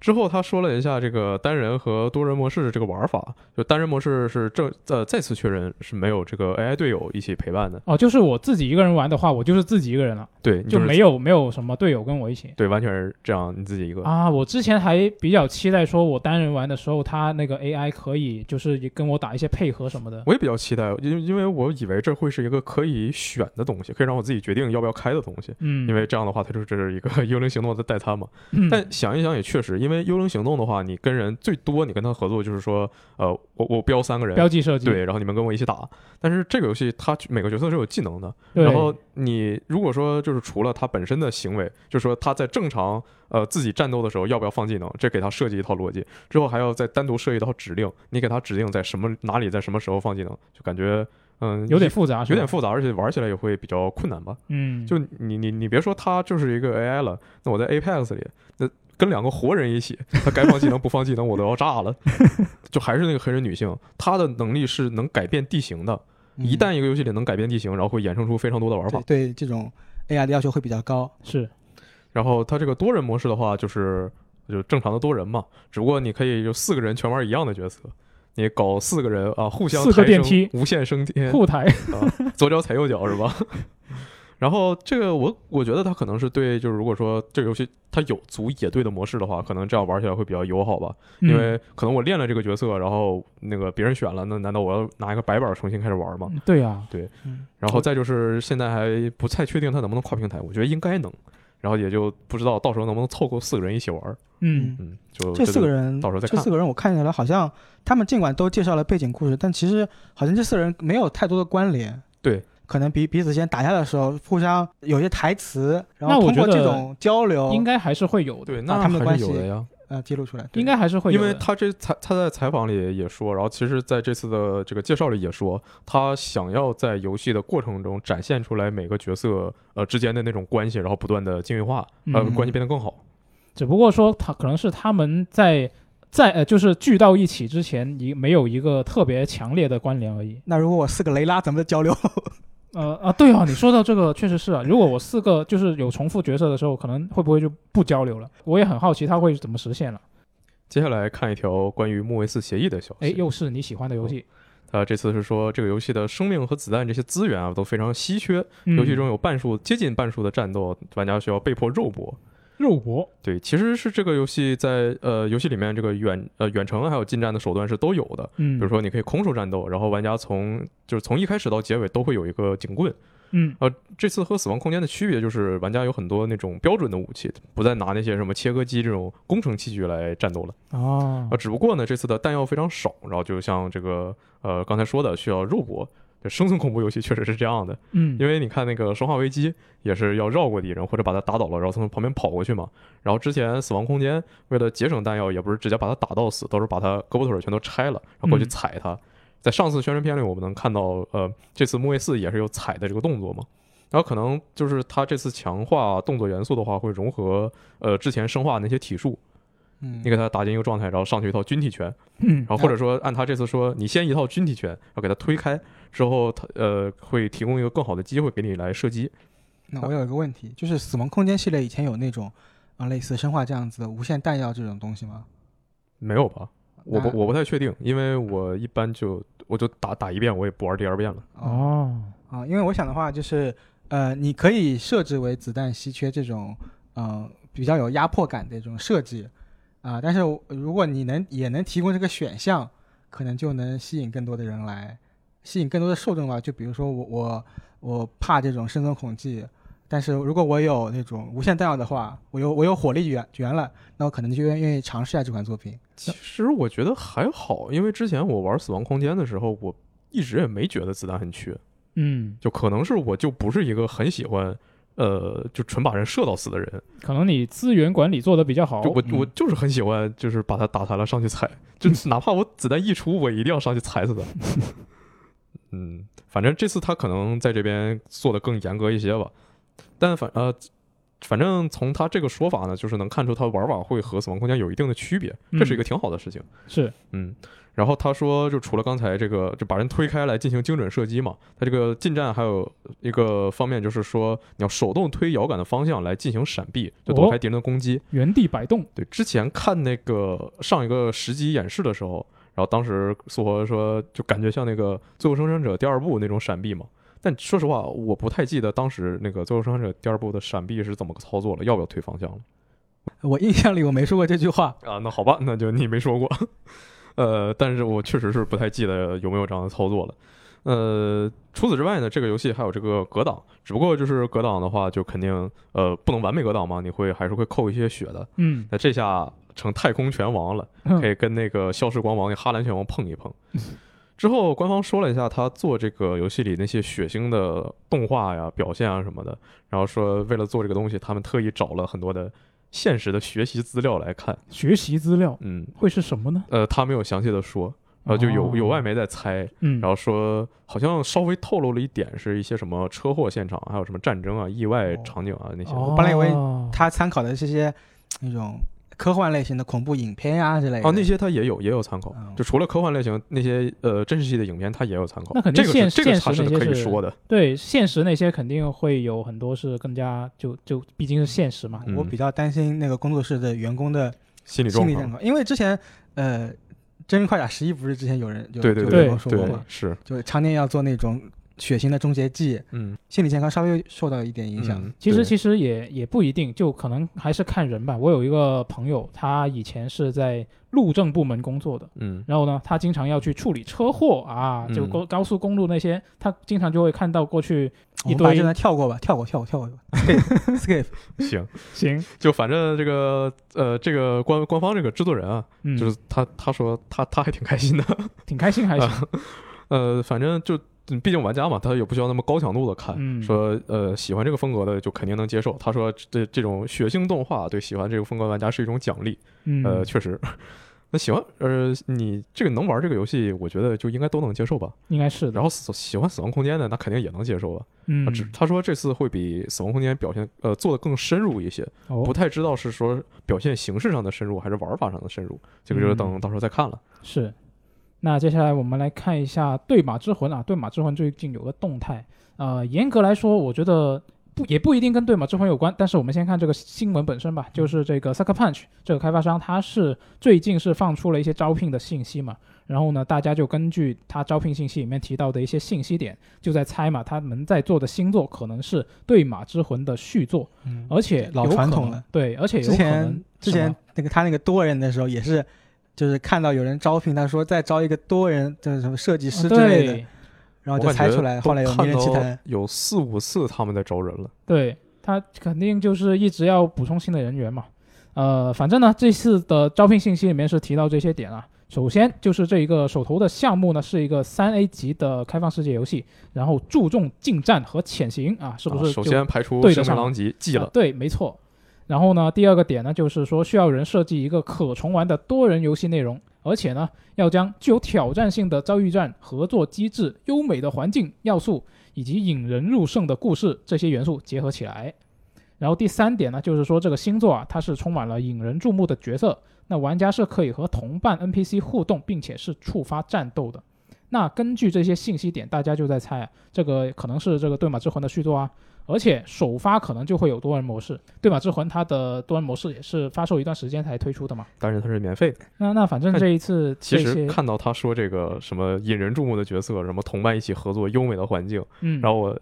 D: 之后他说了一下这个单人和多人模式的这个玩法，就单人模式是正呃再次确认是没有这个 AI 队友一起陪伴的，
B: 哦，就是我自己一个人玩的话，我就是自己一个人了，
D: 对，你
B: 就是没有没有什么队友跟我一起。
D: 对，完全是这样，你自己一个。
B: 啊，我之前还比较期待说，我单人玩的时候，他那个 AI 可以就是也跟我打一些配合什么的。
D: 我也比较期待，因为因为我以为这会是一个可以选的东西，可以让我自己决定要不要开的东西。
B: 嗯，
D: 因为这样的话，它就这是一个 幽灵行动的代餐嘛。
B: 嗯
D: 但想一想也确实，因为幽灵行动的话，你跟人最多你跟他合作就是说，呃，我我标三个 人，
B: 标记设计
D: 对，然后你们跟我一起打。但是这个游戏它每个角色是有技能的，
B: 对
D: 然后你如果说就是除了他本身的行为，就是说他在正常呃自己战斗的时候要不要放技能，这给他设计一套逻辑，之后还要再单独设计一套指令，你给他指令在什么哪里在什么时候放技能，就感觉嗯
B: 有点复杂，是
D: 有
B: 吧
D: 点复杂，而且玩起来也会比较困难吧。
B: 嗯，
D: 就你你你别说他就是一个 AI 了，那我在 Apex 里，那跟两个活人一起，他该放技能不放技能我都要 炸了。就还是那个黑人女性，她的能力是能改变地形的。
B: 嗯
D: 一旦一个游戏里能改变地形，然后会衍生出非常多的玩法
C: 嗯对。对这种 AI 的要求会比较高，
B: 是
D: 然后它这个多人模式的话，就是就正常的多人嘛，只不过你可以就四个人全玩一样的角色。你搞四个人啊，互相
B: 四个
D: 抬
B: 电
D: 升
B: 梯
D: 无限升天，
B: 后台
D: 啊， 左脚踩右脚是吧？ 然后这个我我觉得它可能是对，就是如果说这个游戏它有组野队的模式的话，可能这样玩起来会比较友好吧。
B: 嗯
D: 因为可能我练了这个角色，然后那个别人选了，那难道我要拿一个白板重新开始玩吗？
B: 嗯对啊，
C: 嗯，
D: 然后再就是现在还不太确定它能不能跨平台，我觉得应该能。然后也就不知道到时候能不能凑够四个人一起玩。
B: 嗯
D: 嗯，就
C: 这四个
D: 人
C: 人，
D: 到时候再
C: 这
D: 看
C: 四个人我看起来好像他们尽管都介绍了背景故事，但其实好像这四个人没有太多的关联。
D: 对，
C: 可能彼彼此间打架的时候，互相有些台词，然
B: 那
C: 后
B: 我
C: 通过
B: 觉得
C: 这种交流，
B: 应该还是会有的，
D: 哦对，那
C: 他们的
D: 还是
C: 关系
D: 有的呀。
C: 呃记录出来。对
B: 应该还是会有
D: 因
B: 的，
D: 为他这采他在采访里也说，然后其实在这次的这个介绍里也说，他想要在游戏的过程中展现出来每个角色呃之间的那种关系，然后不断的精细化，呃，
B: 嗯
D: 关系变得更好。
B: 只不过说他可能是他们在在呃就是聚到一起之前，一没有一个特别强烈的关联而已。
C: 那如果我四个雷拉，咱们的交流，
B: 呃啊，对啊，你说到这个确实是啊。如果我四个 就是有重复角色的时候，可能会不会就不交流了？我也很好奇他会怎么实现了。
D: 接下来看一条关于莫维斯协议的消
B: 哎，
D: 息。
B: 又是你喜欢的游戏，
D: 他这次是说这个游戏的生命和子弹这些资源啊都非常稀缺，
B: 嗯
D: 游戏中有半数接近半数的战斗，玩家需要被迫肉搏。
B: 肉搏，
D: 对，其实是这个游戏在呃游戏里面这个远呃远程还有近战的手段是都有的，
B: 嗯，
D: 比如说你可以空手战斗，然后玩家从就是从一开始到结尾都会有一个警棍。
B: 嗯
D: 呃，这次和《死亡空间》的区别就是玩家有很多那种标准的武器，不再拿那些什么切割机这种工程器具来战斗了。
B: 哦
D: 啊，，只不过呢，这次的弹药非常少，然后就像这个呃刚才说的，需要肉搏。就生存恐怖游戏确实是这样的，
B: 嗯，
D: 因为你看那个《生化危机》也是要绕过敌人或者把他打倒了，然后从旁边跑过去嘛。然后之前《死亡空间》为了节省弹药，也不是直接把他打到死，都是把他胳膊腿儿全都拆了，然后过去
B: 嗯
D: 踩他。在上次宣传片里，我们能看到，呃，这次木卫四也是有踩的这个动作嘛。然后可能就是他这次强化动作元素的话，会融合呃之前生化那些体术，
C: 嗯，
D: 你给他打进一个状态，然后上去一套军体拳，
B: 嗯
D: 然后或者说按他这次说，你先一套军体拳，然后给他推开之后，他呃会提供一个更好的机会给你来射击。
C: 那我有一个问题，就是《死亡空间》系列以前有那种啊、类似生化这样子的无限弹药这种东西吗？
D: 没有吧？我
C: 那
D: 不我不太确定，因为我一般就我就打打一遍，我也不玩第二遍了。
B: 哦，
C: 啊，因为我想的话就是，呃，你可以设置为子弹稀缺这种，呃，比较有压迫感的这种设计，啊、但是我如果你能也能提供这个选项，可能就能吸引更多的人来，吸引更多的受众吧。就比如说我我我怕这种生存恐惧，但是如果我有那种无限弹药的话，我有我有火力源源了，那我可能就愿愿意尝试一下这款作品。
D: 其实我觉得还好，因为之前我玩《死亡空间》的时候，我一直也没觉得子弹很缺，
B: 嗯，
D: 就可能是我就不是一个很喜欢。呃，就纯把人射到死的人，
B: 可能你资源管理做得比较好。
D: 就我、
B: 嗯
D: 我就是很喜欢，就是把他打残了上去踩， 就是哪怕我子弹一出，我也一定要上去踩死他。嗯，反正这次他可能在这边做的更严格一些吧，但反呃，反正从他这个说法呢，就是能看出他玩法会和《死亡空间》有一定的区别，这
B: 嗯
D: 是一个挺好的事情。
B: 是
D: 嗯，然后他说，就除了刚才这个，就把人推开来进行精准射击嘛，他这个近战还有一个方面就是说，你要手动推摇杆的方向来进行闪避，就
B: 哦
D: 躲开敌人的攻击。
B: 原地摆动，
D: 对，之前看那个上一个十集演示的时候，然后当时苏活说，就感觉像那个《最后生还者》第二部那种闪避嘛。但说实话，我不太记得当时那个《最后生还者》第二部的闪避是怎么个操作了，要不要推方向了。
C: 我印象里我没说过这句话，
D: 啊，那好吧，那就你没说过。呃，但是我确实是不太记得有没有这样的操作了。呃，除此之外呢，这个游戏还有这个格挡，只不过就是格挡的话，就肯定呃不能完美格挡嘛，你会还是会扣一些血的。
B: 嗯，
D: 那这下成太空拳王了，可以跟那个消失光王、那哈兰拳王碰一碰。 之后官方说了一下他做这个游戏里那些血腥的动画呀、表现啊什么的，然后说为了做这个东西，他们特意找了很多的现实的学习资料来看。
B: 学习资料
D: 嗯，
B: 会是什么呢？
D: 呃，他没有详细的说，呃，就有有外媒在猜，
B: 哦嗯，
D: 然后说好像稍微透露了一点，是一些什么车祸现场，还有什么战争啊、意外
C: 哦
D: 场景啊那些。
B: 哦
C: 我本来以为他参考的这些那种科幻类型的恐怖影片呀、之类的。
D: 哦，那些他也有也有参考
C: 嗯，
D: 就除了科幻类型那些呃真实系的影片，他也有参考。
B: 那肯定
D: 这个是
B: 现
D: 这个
B: 现实
D: 他是
B: 那些
D: 可以
B: 是
D: 说的。
B: 对现实那些肯定会有很多是更加就就毕竟是现实嘛，
D: 嗯
C: 我比较担心那个工作室的员工的
D: 心理
C: 心
D: 状
C: 理健
D: 况，
C: 康，因为之前呃，《真人快打十一》不是之前有人就
D: 对对
C: 就
B: 对
C: 有人说过
D: 对
C: 嘛，
D: 是，
C: 就常年要做那种血腥的终结技，
D: 嗯，
C: 心理健康稍微受到一点影响。
D: 嗯
B: 其实
D: 对
B: 其实也也不一定，就可能还是看人吧。我有一个朋友，他以前是在路政部门工作的，
D: 嗯
B: 然后呢，他经常要去处理车祸啊，就
D: 嗯
B: 高高速公路那些，他经常就会看到过去
C: 我
B: 一
C: 们把
B: 堆
C: 这段跳过吧，跳过，跳过，跳过吧。skip，skip
D: 行，
B: 行，
D: 就反正这个呃这个官官方这个制作人啊，
B: 嗯，
D: 就是他他说他他还挺开心的，
B: 挺开心还行，
D: 呃，反正就嗯毕竟玩家嘛，他也不需要那么高强度的看。
B: 嗯
D: 说呃，喜欢这个风格的就肯定能接受。他说这这种血腥动画对喜欢这个风格玩家是一种奖励。
B: 嗯，
D: 呃，确实， 那喜欢呃你这个能玩这个游戏，我觉得就应该都能接受吧。
B: 应该是的，
D: 然后死喜欢《死亡空间》的，那肯定也能接受吧。
B: 嗯
D: 啊，只他说这次会比《死亡空间》表现呃做的更深入一些，
B: 哦
D: 不太知道是说表现形式上的深入还是玩法上的深入，这个就等
B: 嗯
D: 到时候再看了。
B: 是。那接下来我们来看一下《对马之魂》啊，《对马之魂》最近有个动态，呃，严格来说，我觉得不也不一定跟《对马之魂》有关，但是我们先看这个新闻本身吧，
C: 嗯
B: 就是这个 Sucker Punch 这个开发商，它是最近是放出了一些招聘的信息嘛，然后呢，大家就根据它招聘信息里面提到的一些信息点，就在猜嘛，他们在做的新作可能是《对马之魂》的续作，
C: 嗯
B: 而且
C: 老
B: 有可
C: 传
B: 能
C: 统了，
B: 哦对，而且有
C: 之
B: 可
C: 前
B: 能
C: 之
B: 什
C: 前
B: 么
C: 那个他那个多人的时候也是，就是看到有人招聘，他说再招一个多人，就是什么设计师之类的，
B: 哦对
C: 然
B: 啊
C: 后
D: 我
C: 就
D: 感
C: 猜
D: 觉
C: 出来，
D: 都
C: 后来有名
D: 看
C: 人奇
D: 到
C: 谈。
D: 有四五次他们在招人了。
B: 对他肯定就是一直要补充新的人员嘛。呃，反正呢，这次的招聘信息里面是提到这些点啊。首先就是这一个手头的项目呢，是一个三 A 级的开放世界游戏，然后注重近战和潜行啊，是不
D: 啊
B: 是就？
D: 首先排除
B: 对得
D: 生
B: 上
D: 面狼藉，记
B: 啊
D: 了。
B: 对，没错。然后呢，第二个点呢，就是说需要人设计一个可重玩的多人游戏内容，而且呢，要将具有挑战性的遭遇战、合作机制、优美的环境要素以及引人入胜的故事这些元素结合起来。然后第三点呢，就是说这个星座啊，它是充满了引人注目的角色，那玩家是可以和同伴 NPC 互动，并且是触发战斗的。那根据这些信息点，大家就在猜、啊，这个可能是这个《对马之魂》的续作啊，而且首发可能就会有多人模式，《对马之魂》它的多人模式也是发售一段时间才推出的嘛。
D: 但是它是免费的。
B: 那那反正
D: 但
B: 这一次
D: 其
B: 这
D: 实
B: 些
D: 看到他说这个什么引人注目的角色，什么同伴一起合作优美的环境，
B: 嗯，
D: 然后我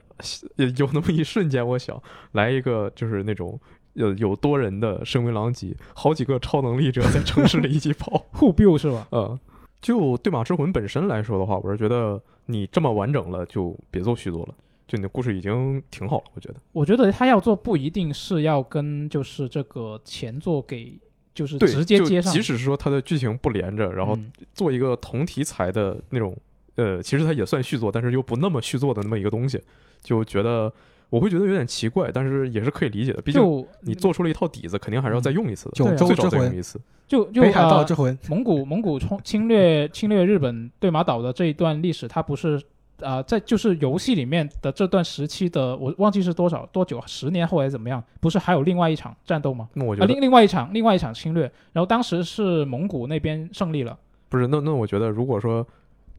D: 有那么一瞬间，我想来一个就是那种。有有多人的声名狼藉，好几个超能力者在城市里一起 跑，
B: 互 build 是吧？
D: 嗯，就对马之魂本身来说的话，我是觉得你这么完整了，就别做续作了。就你的故事已经挺好了，我觉得。
B: 我觉得他要做不一定是要跟就是这个前作给就是
D: 对，
B: 直接
D: 就
B: 接上，
D: 即使是说它的剧情不连着，然后
B: 嗯
D: 做一个同题材的那种，呃，其实它也算续作，但是又不那么续作的那么一个东西，就觉得我会觉得有点奇怪，但是也是可以理解的，毕竟
B: 就
D: 你做出了一套底子，肯定还是要再用一次的，
C: 九
B: 嗯对啊
C: 州
D: 最
C: 之
D: 少再用
C: 魂，
D: 一次。
B: 就就
C: 北海道
D: 啊
B: 呃
C: 之魂，
B: 蒙古蒙古冲侵略侵略日本对马岛的这一段历史，它不是啊、呃在就是游戏里面的这段时期的，我忘记是多少多久，十年后还是怎么样？不是还有另外一场战斗吗？
D: 那我
B: 啊，
D: 觉得
B: 另另外一场另外一场侵略，然后当时是蒙古那边胜利了，
D: 不是，那那我觉得如果说。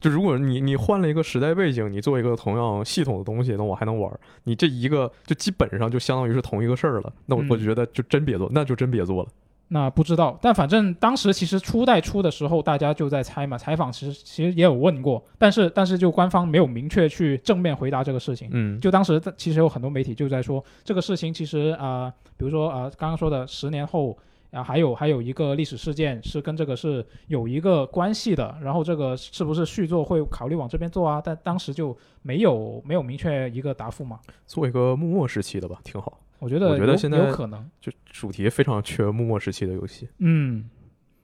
D: 就如果你你换了一个时代背景，你做一个同样系统的东西，那我还能玩儿。你这一个就基本上就相当于是同一个事儿了。那我
B: 嗯
D: 我就觉得就真别做，那就真别做了。
B: 那不知道，但反正当时其实初代出的时候，大家就在猜嘛，采访其实其实也有问过，但是但是就官方没有明确去正面回答这个事情。
D: 嗯，
B: 就当时的其实有很多媒体就在说这个事情，其实啊、呃比如说啊、呃刚刚说的十年后啊、还有还有一个历史事件是跟这个是有一个关系的，然后这个是不是续作会考虑往这边做啊？但当时就没有没有明确一个答复嘛。
D: 做一个幕末时期的吧，挺好。
B: 我觉得
D: 我觉得
B: 有
D: 现在
B: 有可能，
D: 就主题非常缺幕末时期的游戏。
B: 嗯，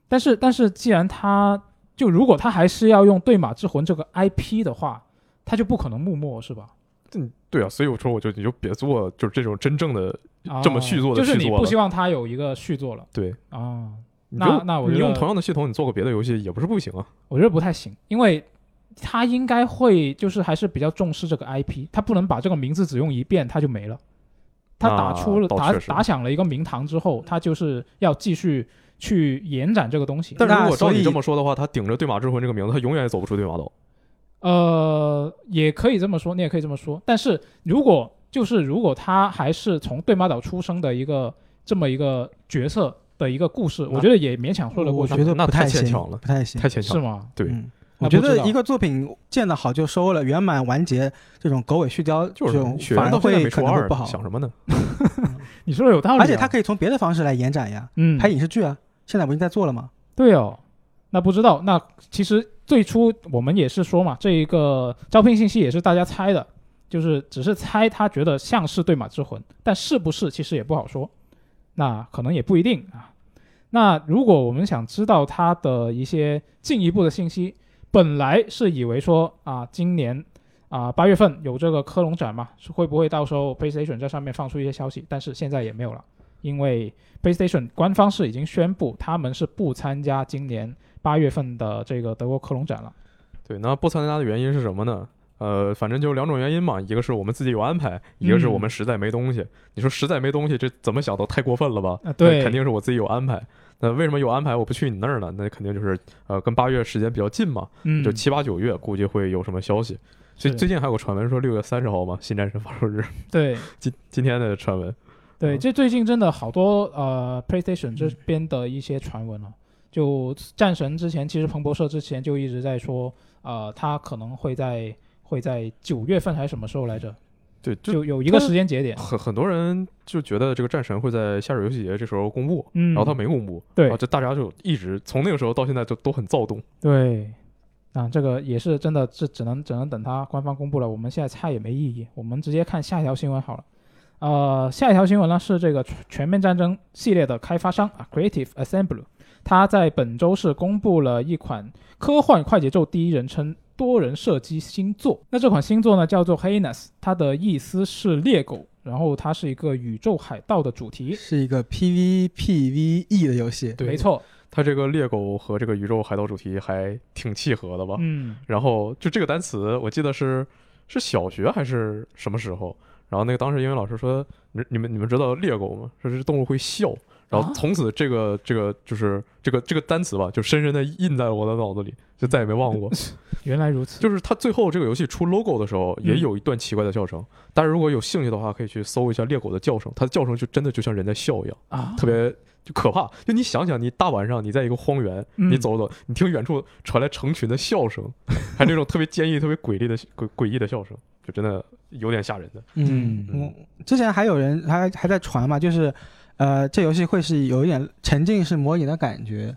B: 但是但是既然他就如果他还是要用《对马之魂》这个 IP 的话，他就不可能幕末是吧？
D: 嗯，对啊，所以我说我就你就别做就是这种真正的，
B: 啊
D: 这么续作的
B: 就是
D: 续
B: 你
D: 作了
B: 不希望他有一个续作了
D: 对，
B: 啊。
D: 你
B: 那
D: 就
B: 那我
D: 你
B: 觉
D: 用
B: 得
D: 同样的系统，你做个别的游戏也不是不行啊。
B: 我觉得不太行，因为他应该会就是还是比较重视这个 IP，他不能把这个名字只用一遍他就没了。他打出了、
D: 啊倒
B: 打
D: 确实
B: 打响了一个名堂之后，他就是要继续去延展这个东西。
D: 但
C: 那
D: 如果照
C: 所
D: 你
C: 以
D: 这么说的话，他顶着《对马之魂》这个名字，他永远也走不出对马岛。
B: 呃，也可以这么说，你也可以这么说。但是如果就是如果他还是从对马岛出生的一个这么一个角色的一个故事，我觉得也勉强说得过
C: 我
B: 去，
C: 觉得
D: 那
C: 不太
D: 太牵
C: 行
D: 强了
C: 不太行。
D: 太牵
B: 是
D: 强了。
B: 吗？
D: 对啊
C: 嗯
B: 那
C: 我觉
B: 不知
C: 得
B: 道
C: 一个作品建得好就收了，圆满完结这种狗尾续貂，
D: 就
C: 这
D: 是
C: 种
D: 雪
C: 反
D: 人
C: 而
D: 到现在
C: 会
D: 没
C: 可
D: 出
C: 能
D: 二
C: 会
D: 呢，
C: 不好。
D: 想什么呢？
B: 你说的有道理啊、
C: 而且它可以从别的方式来延展呀，
B: 嗯，
C: 拍影视剧啊，现在不是在做了吗？
B: 对哦，那不知道，那其实最初我们也是说嘛，这一个招聘信息也是大家猜的，就是只是猜他觉得像是对马之魂，但是不是其实也不好说，那可能也不一定啊。那如果我们想知道他的一些进一步的信息，本来是以为说啊，今年啊八月份有这个科隆展嘛，是会不会到时候 PlayStation 在上面放出一些消息？但是现在也没有了，因为 PlayStation 官方是已经宣布他们是不参加今年八月份的这个德国科隆展了。
D: 对，那不参加的原因是什么呢？呃，反正就两种原因嘛，一个是我们自己有安排，一个是
C: 嗯
D: 我们实在没东西。你说实在没东西，这怎么想都太过分了吧？
B: 啊对
D: 那肯定是我自己有安排。那为什么有安排我不去你那儿呢？那肯定就是呃，跟八月时间比较近嘛，
B: 嗯
D: 就七八九月估计会有什么消息。最
B: 是
D: 最近还有个传闻说六月三十号嘛，新战神发售日，
B: 对
D: 今今天的传闻。
B: 对，
D: 嗯
B: 这最近真的好多呃 PlayStation 这边的一些传闻了、就战神之前，其实彭博社之前就一直在说，呃，他可能会在会在九月份还是什么时候来着？
D: 对，就
B: 就有一个
D: 他
B: 时间节点。
D: 很很多人就觉得这个战神会在夏日游戏节这时候公布，
B: 嗯，
D: 然后他没公布，
B: 对
D: 然后就大家就一直从那个时候到现在就都很躁动。
B: 对，啊，这个也是真的，这只能只能等它官方公布了，我们现在猜也没意义，我们直接看下一条新闻好了。呃，下一条新闻呢是这个《全面战争》系列的开发商啊，Creative Assembly，它在本周是公布了一款科幻快节奏第一人称多人射击新作。那这款新作呢叫做 Heinous，它的意思是猎狗。然后它是一个宇宙海盗的主
D: 嗯
B: 题，
C: 是一个 PVPVE E 的游戏，
D: 对
B: 没错，
D: 它这个猎狗和这个宇宙海盗主题还挺契合的吧？
B: 嗯，
D: 然后就这个单词，我记得是是小学还是什么时候？然后那个当时英语老师说，你你们你们知道猎狗吗？说这动物会笑。然后
B: 啊
D: 从此这个这个就是这个这个单词吧，就深深的印在我的脑子里，就再也没忘过。
B: 原来如此，
D: 就是它最后这个游戏出 logo 的时候，也
B: 嗯
D: 有一段奇怪的笑声。大家如果有兴趣的话，可以去搜一下猎狗的叫声，它的叫声就真的就像人在笑一样，
B: 啊，
D: 特别就可怕。就你想想，你大晚上你在一个荒原，
B: 嗯
D: 你走走，你听远处传来成群的笑声，还有那种特别坚毅、特别诡异的诡诡异的笑声，就真的有点吓人的。
C: 嗯，
D: 嗯
C: 我之前还有人还还在传嘛，就是，呃，这游戏会是有一点沉浸式模拟的感觉。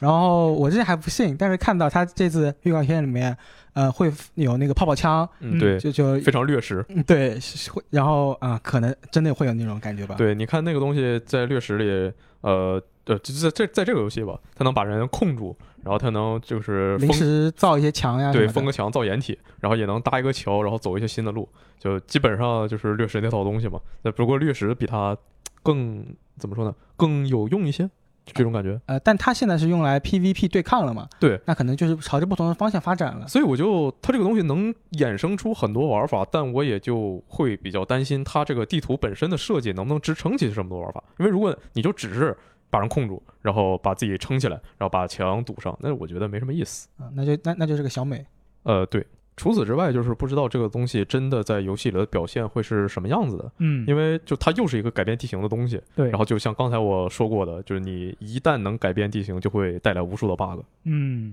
C: 然后我之前还不信，但是看到他这次预告片里面，呃，会有那个泡泡枪，
D: 嗯，
B: 嗯
D: 对，
C: 就就
D: 非常掠食。
C: 嗯对，是是会，然后啊、可能真的会有那种感觉吧。，
D: 对，你看那个东西在掠食里，呃。呃，就是在这在这个游戏吧，它能把人控住，然后它能就是
C: 临
D: 封
C: 时造一些墙呀什么
D: 对，
C: 的，
D: 封个墙造掩体，然后也能搭一个桥，然后走一些新的路，就基本上就是掠食那套东西嘛。那不过掠食比它更怎么说呢？更有用一些，就这种感觉。
C: 呃，但它现在是用来 PVP 对抗了嘛？
D: 对，
C: 那可能就是朝着不同的方向发展了。
D: 所以我就它这个东西能衍生出很多玩法，但我也就会比较担心它这个地图本身的设计能不能支撑起这么多玩法。因为如果你就只是把人控住，然后把自己撑起来，然后把墙堵上，那我觉得没什么意思。
C: 啊，那就那那就是个小美，
D: 呃，对。除此之外，就是不知道这个东西真的在游戏里的表现会是什么样子的。
B: 嗯，
D: 因为就它又是一个改变地形的东西，
B: 对，
D: 然后就像刚才我说过的，就是你一旦能改变地形，就会带来无数的 bug。
B: 嗯，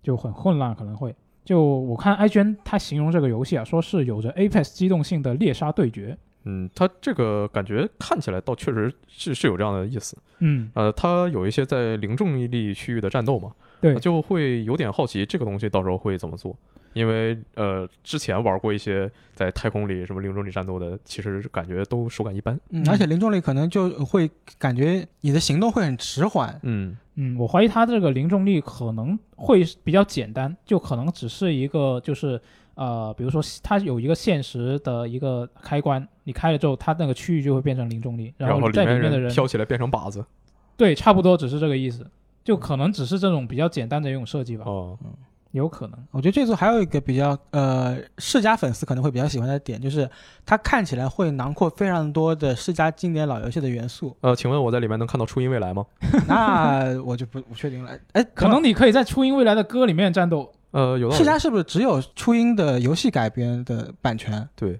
B: 就很混乱，可能会。就我看 IGN 他形容这个游戏啊，说是有着 Apex 机动性的猎杀对决。
D: 嗯，它这个感觉看起来倒确实是是有这样的意思。
B: 嗯，
D: 呃，它有一些在零重力区域的战斗嘛，
B: 对
D: 就会有点好奇这个东西到时候会怎么做，因为呃，之前玩过一些在太空里什么零重力战斗的，其实感觉都手感一般。
C: 嗯，而且零重力可能就会感觉你的行动会很迟缓，
D: 嗯，
B: 嗯，我怀疑它这个零重力可能会比较简单，就可能只是一个就是呃，比如说它有一个现实的一个开关，你开了之后，它那个区域就会变成零重力，
D: 然
B: 后在
D: 面
B: 面的
D: 人飘起来变成靶子。
B: 对，差不多只是这个意思，就可能只是这种比较简单的一种设计吧，
D: 哦，
B: 有可能。
C: 我觉得这组还有一个比较呃，世家粉丝可能会比较喜欢的点，就是它看起来会囊括非常多的世家经典老游戏的元
D: 。
C: 素
D: 呃，请问我在里面能看到初音未来吗？
C: 那我就不不确定 了。哎，
B: 可能你可以在初音未来的歌里面战斗，
D: 呃，有道
C: 世
D: 理。
C: 家是不是只有初音的游戏改编的版权啊、
D: 对，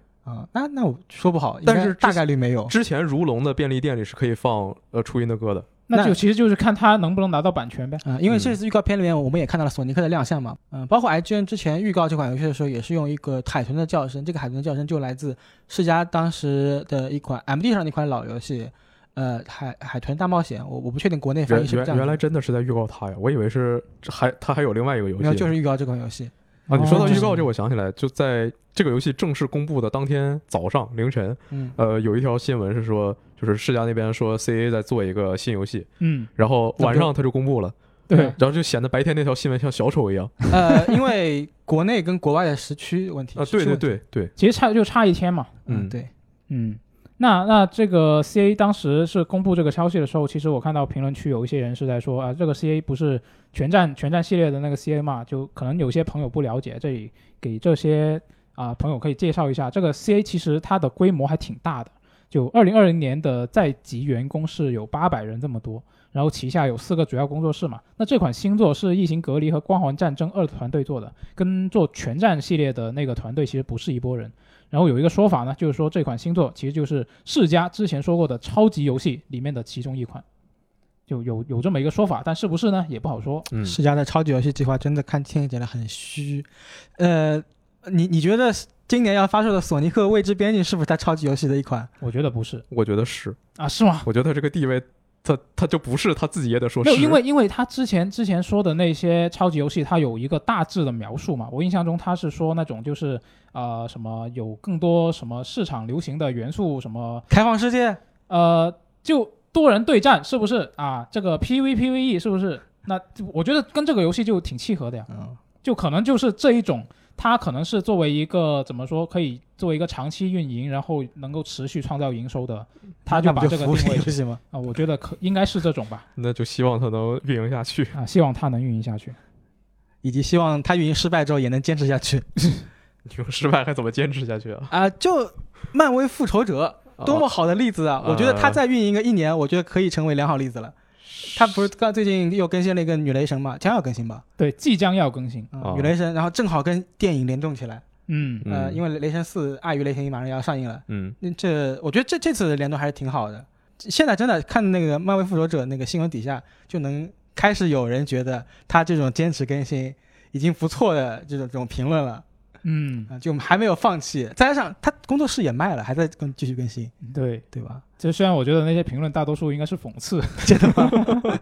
C: 那那我说不好，应
D: 但
C: 该
D: 是之
C: 大概率没有。
D: 之前如龙的便利店里是可以放呃初音的歌的。
B: 那
C: 那
B: 就其实就是看他能不能拿到版权呗。
C: 啊、因为
D: 嗯
C: 这次预告片里面我们也看到了索尼克的亮相嘛，嗯、包括 IGN 之前预告这款游戏的时候，也是用一个海豚的叫声，这个海豚的叫声就来自世嘉当时的一款 MD 上的一款老游戏，呃，海海豚大冒险，我我不确定国内翻
D: 原
C: 译是不是
D: 原
C: 这样子，
D: 原来真的是在预告它呀，我以为是这还它还有另外一个游戏
C: 没
D: 呢。
C: 有就是预告这款游戏，
D: 啊，你说到
B: 哦
D: 预告这，我想起来，就在这个游戏正式公布的当天早上凌晨，
C: 嗯，
D: 呃，有一条新闻是说，就是世嘉那边说 CA 在做一个新游戏，
B: 嗯，
D: 然后
C: 那不
D: 晚上他就公布了，
B: 对，
D: 然后就显得白天那条新闻像小丑一样。
C: 呃，因为国内跟国外的时区问题，
D: 啊，
C: 时
D: 对
C: 区
D: 对
C: 问题，
D: 对对，
B: 其实差就差一天嘛。
C: 嗯，
D: 嗯
C: 对，
B: 嗯，那那这个 CA 当时是公布这个消息的时候，其实我看到评论区有一些人是在说啊，这个 CA 不是全战全战系列的那个 CA 嘛，就可能有些朋友不了解，这里给这些啊朋友可以介绍一下，这个 CA 其实它的规模还挺大的。就二零二零年的在籍员工是有八百人这么多，然后旗下有四个主要工作室嘛。那这款新作是《异形隔离》和《光环战争二》团队做的，跟做全战系列的那个团队其实不是一拨人。然后有一个说法呢，就是说这款新作其实就是世嘉之前说过的超级游戏里面的其中一款，就有有这么一个说法，但是不是呢也不好说。
D: 嗯，
C: 世嘉的超级游戏计划真的看听起来很虚，呃，你你觉得今年要发售的索尼克未知边境是不是它超级游戏的一款？
B: 我觉得不是
D: 我觉得是，
B: 啊，是 吗？
D: 我觉得他这个地位，他他就不是他自己也得说
B: 没
D: 是，
B: 有，因为因为他之前之前说的那些超级游戏，它有一个大致的描述嘛。我印象中他是说那种就是呃什么有更多什么市场流行的元素，什么
C: 开放世界，
B: 呃就多人对战是不是啊？这个 E PVPVE 是不是？那我觉得跟这个游戏就挺契合的呀。
C: 嗯，
B: 就可能就是这一种它可能是作为一个怎么说，可以作为一个长期运营，然后能够持续创造营收的，它
C: 那
B: 就
C: 不
B: 把
C: 就
B: 这个
C: 服务
B: 定位
C: 游戏吗？
B: 啊，我觉得可应该是这种吧
D: 那就希望它能运营下去。
B: 啊，希望它能运营下去。
C: 以及希望它运营失败之后也能坚持下去
D: 你说失败还怎么坚持下去啊？
C: 啊、就漫威复仇者多么好的例子啊！
D: 哦
C: 我觉得它再运营个一年，我觉得可以成为良好例子了。它不是刚最近又更新了一个女雷神嘛，将要更新吧？
B: 对，即将要更新，
C: 嗯
D: 哦
C: 女雷神，然后正好跟电影联动起来。
B: 嗯
D: 嗯
C: 呃，因为雷神四碍于雷神一马上要上映了，
D: 嗯，
C: 那这我觉得这这次的联动还是挺好的。现在真的看那个漫威复仇者那个新闻底下，就能开始有人觉得他这种坚持更新已经不错的这种这种评论了
B: 嗯
C: 啊、，就还没有放弃。再加上他工作室也卖了，还在更继续更新，
B: 嗯对。
C: 对吧？
B: 就虽然我觉得那些评论大多数应该是讽刺，
C: 真的吗？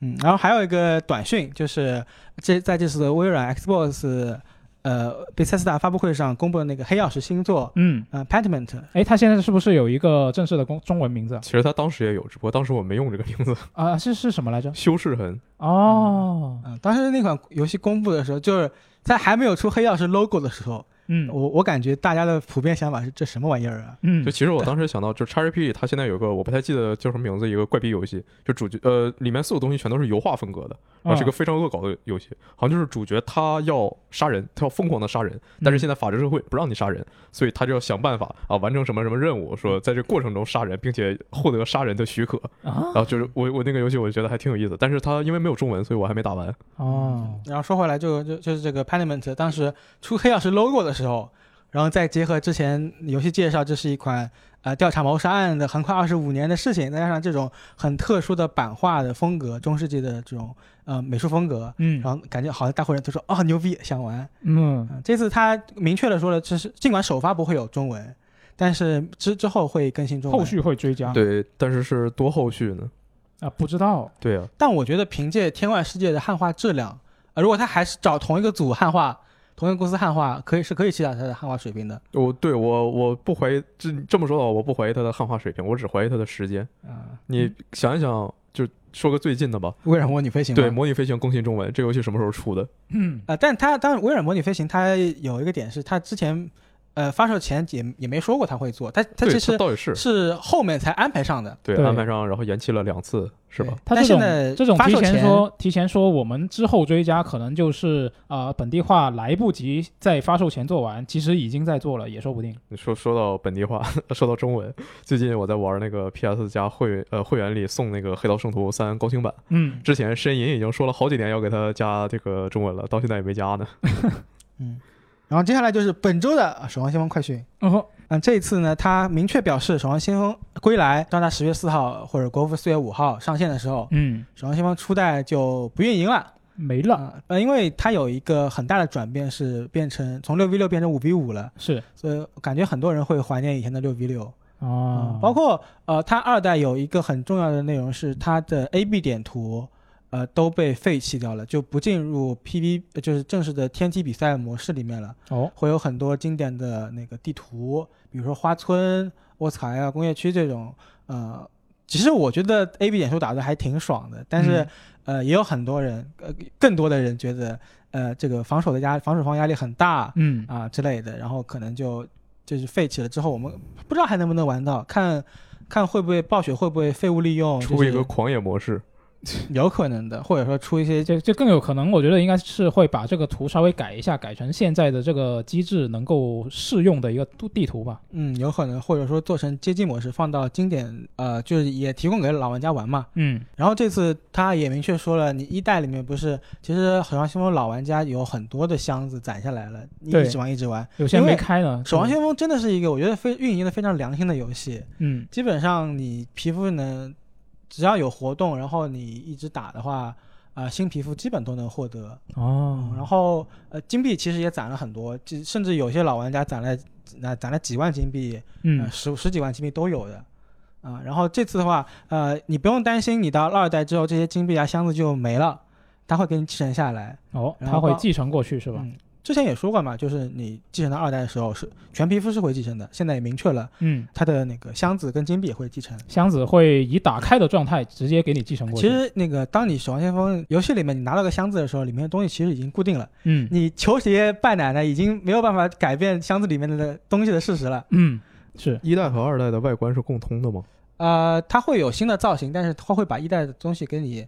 C: 嗯，然后还有一个短讯，就是这在这次的微软 Xbox 呃 Bethesda 发布会上公布的那个黑曜石星座
B: 嗯，
C: 呃 Pentiment
B: 哎，它现在是不是有一个正式的公中文名字啊
D: 其实他当时也有，只不过当时我没用这个名字。
B: 啊？是是什么来着？
D: 修饰痕，
B: 哦，
C: 嗯，当时那款游戏公布的时候，就是在还没有出黑曜石 logo 的时候，
B: 嗯
C: 我我感觉大家的普遍想法是这什么玩意儿啊？
B: 嗯
D: 就其实我当时想到，就 XRP 它现在有个我不太记得叫什么名字，一个怪逼游戏，就主角呃里面所有东西全都是油画风格的，然
B: 哦
D: 后是个非常恶搞的游戏，好像就是主角他要杀人，他要疯狂的杀
B: 嗯
D: 人，但是现在法治社会不让你杀人，所以他就要想办法啊完成什么什么任务，说在这过程中杀人，并且获得杀人的许可，
B: 啊
D: 然后就是我我那个游戏我觉得还挺有意思，但是它因为没有中文，所以我还没打完。
B: 哦，
C: 然后说回来就，就就是这个 Pentiment 当时出黑曜石 logo 的时候，然后再结合之前游戏介绍，这是一款呃调查谋杀案的横跨二十五年的事情，再加上这种很特殊的版画的风格，中世纪的这种呃美术风格，
B: 嗯
C: 然后感觉好像大伙人都说哦牛逼，想玩。
B: 嗯
C: 嗯，这次他明确的说了，就是尽管首发不会有中文，但是之之后会更新中文。
B: 后，续会追加，
D: 对，但是是多后续呢？
B: 啊，不知道
D: 对啊，
C: 但我觉得凭借《天外世界》的汉化质量，呃，如果他还是找同一个组汉化，同一个公司汉化，可以是可以期待他的汉化水平的。
D: 我对我我不怀疑这这么说的话，我不怀疑它的汉化水平，我只怀疑它的时间。
C: 啊、
D: 你想一想，就说个最近的吧。
C: 微软模拟飞行
D: 对，《
C: 嘛。
D: 模拟飞行》更新中文，这游戏什么时候出的？
C: 呃，但他当然微软模拟飞行，它有一个点是，它之前呃发售前也也没说过他会做，它它
D: 对，
C: 其
D: 它
C: 实
D: 倒也是，
C: 是后面才安排上的。
D: 对，
B: 对
D: 安排上，然后延期了两次，是吧
C: 对？
B: 他
C: 但
B: 这
C: 现
B: 种
C: 在
B: 这种
C: 发
B: 提
C: 售
B: 前
C: 前
B: 说提前说我们之后追加，可能就是啊、呃本地化来不及在发售前做完，其实已经在做了，也说不定。
D: 你说说到本地化， 说到中文，最近我在玩那个 PS 加会呃会员里送那个《黑道圣徒三》高清版，
B: 嗯，
D: 之前申银已经说了好几年要给他加这个中文了，到现在也没加呢。
C: 然后接下来就是本周的啊《守望先锋》快讯。
B: 哦，
C: 嗯，这一次呢，他明确表示，《守望先锋》归来，当他十月四号或者国服四月五号上线的时候，
B: 嗯，
C: 《守望先锋》初代就不运营了。
B: 没了，
C: 啊呃，因为它有一个很大的转变是变成从六 v 六变成五 v 五了，
B: 是
C: 所以感觉很多人会怀念以前的六 v 六
B: 啊
C: 啊，，包括呃，它二代有一个很重要的内容是它的 A B 点图。呃，都被废弃掉了，就不进入 PV，呃就是正式的天梯比赛模式里面了。
B: 哦，
C: 会有很多经典的那个地图，比如说花村、卧蚕啊、工业区这种。呃，其实我觉得 A B 演出打的还挺爽的，但
D: 嗯
C: 是、呃，也有很多人，呃，更多的人觉得，呃，这个防守的压防守方压力很大
B: 嗯
C: 啊、之类的，然后可能就就是废弃了之后，我们不知道还能不能玩到，看看会不会暴雪会不会废物利用，
D: 出一
C: 就
D: 个
C: 是
D: 狂野模式，
C: 有可能的，或者说出一些
B: 这这更有可能，我觉得应该是会把这个图稍微改一下，改成现在的这个机制能够适用的一个地地图吧。
C: 嗯，有可能，或者说做成街机模式，放到经典，呃，就是也提供给老玩家玩嘛。
B: 嗯
C: 然后这次他也明确说了，你一代里面不是，其实《守望先锋》老玩家有很多的箱子攒下来了，你
B: 对
C: 一直玩一直玩。
B: 有些
C: 因为
B: 没开呢。
C: 《守望先锋》真的是一个我觉得非运营的非常良心的游戏，
B: 嗯
C: 基本上你皮肤能，只要有活动，然后你一直打的话，啊、新皮肤基本都能获得。
B: 哦，
C: 然后呃，金币其实也攒了很多，就甚至有些老玩家攒了那攒了几万金币，
B: 嗯
C: 呃十十几万金币都有的。啊、然后这次的话，呃，你不用担心，你到二代之后这些金币啊箱子就没了，它会给你继承下来，
B: 哦，
C: 然
B: 它
C: 后
B: 会
C: 包
B: 继承过去是吧？
C: 嗯，之前也说过嘛，就是你继承到二代的时候是全皮肤是会继承的，现在也明确了
B: 嗯，
C: 它的那个箱子跟金币也会继承。
B: 箱子会以打开的状态直接给你继承过去。
C: 其，实那个当你守望先锋游戏里面你拿到个箱子的时候，里面的东西其实已经固定了，
B: 嗯
C: 你球鞋拜奶奶已经没有办法改变箱子里面的东西的事实了。
B: 嗯，是
D: 一代和二代的外观是共通的吗？
C: 呃，它会有新的造型，但是它会把一代的东西给你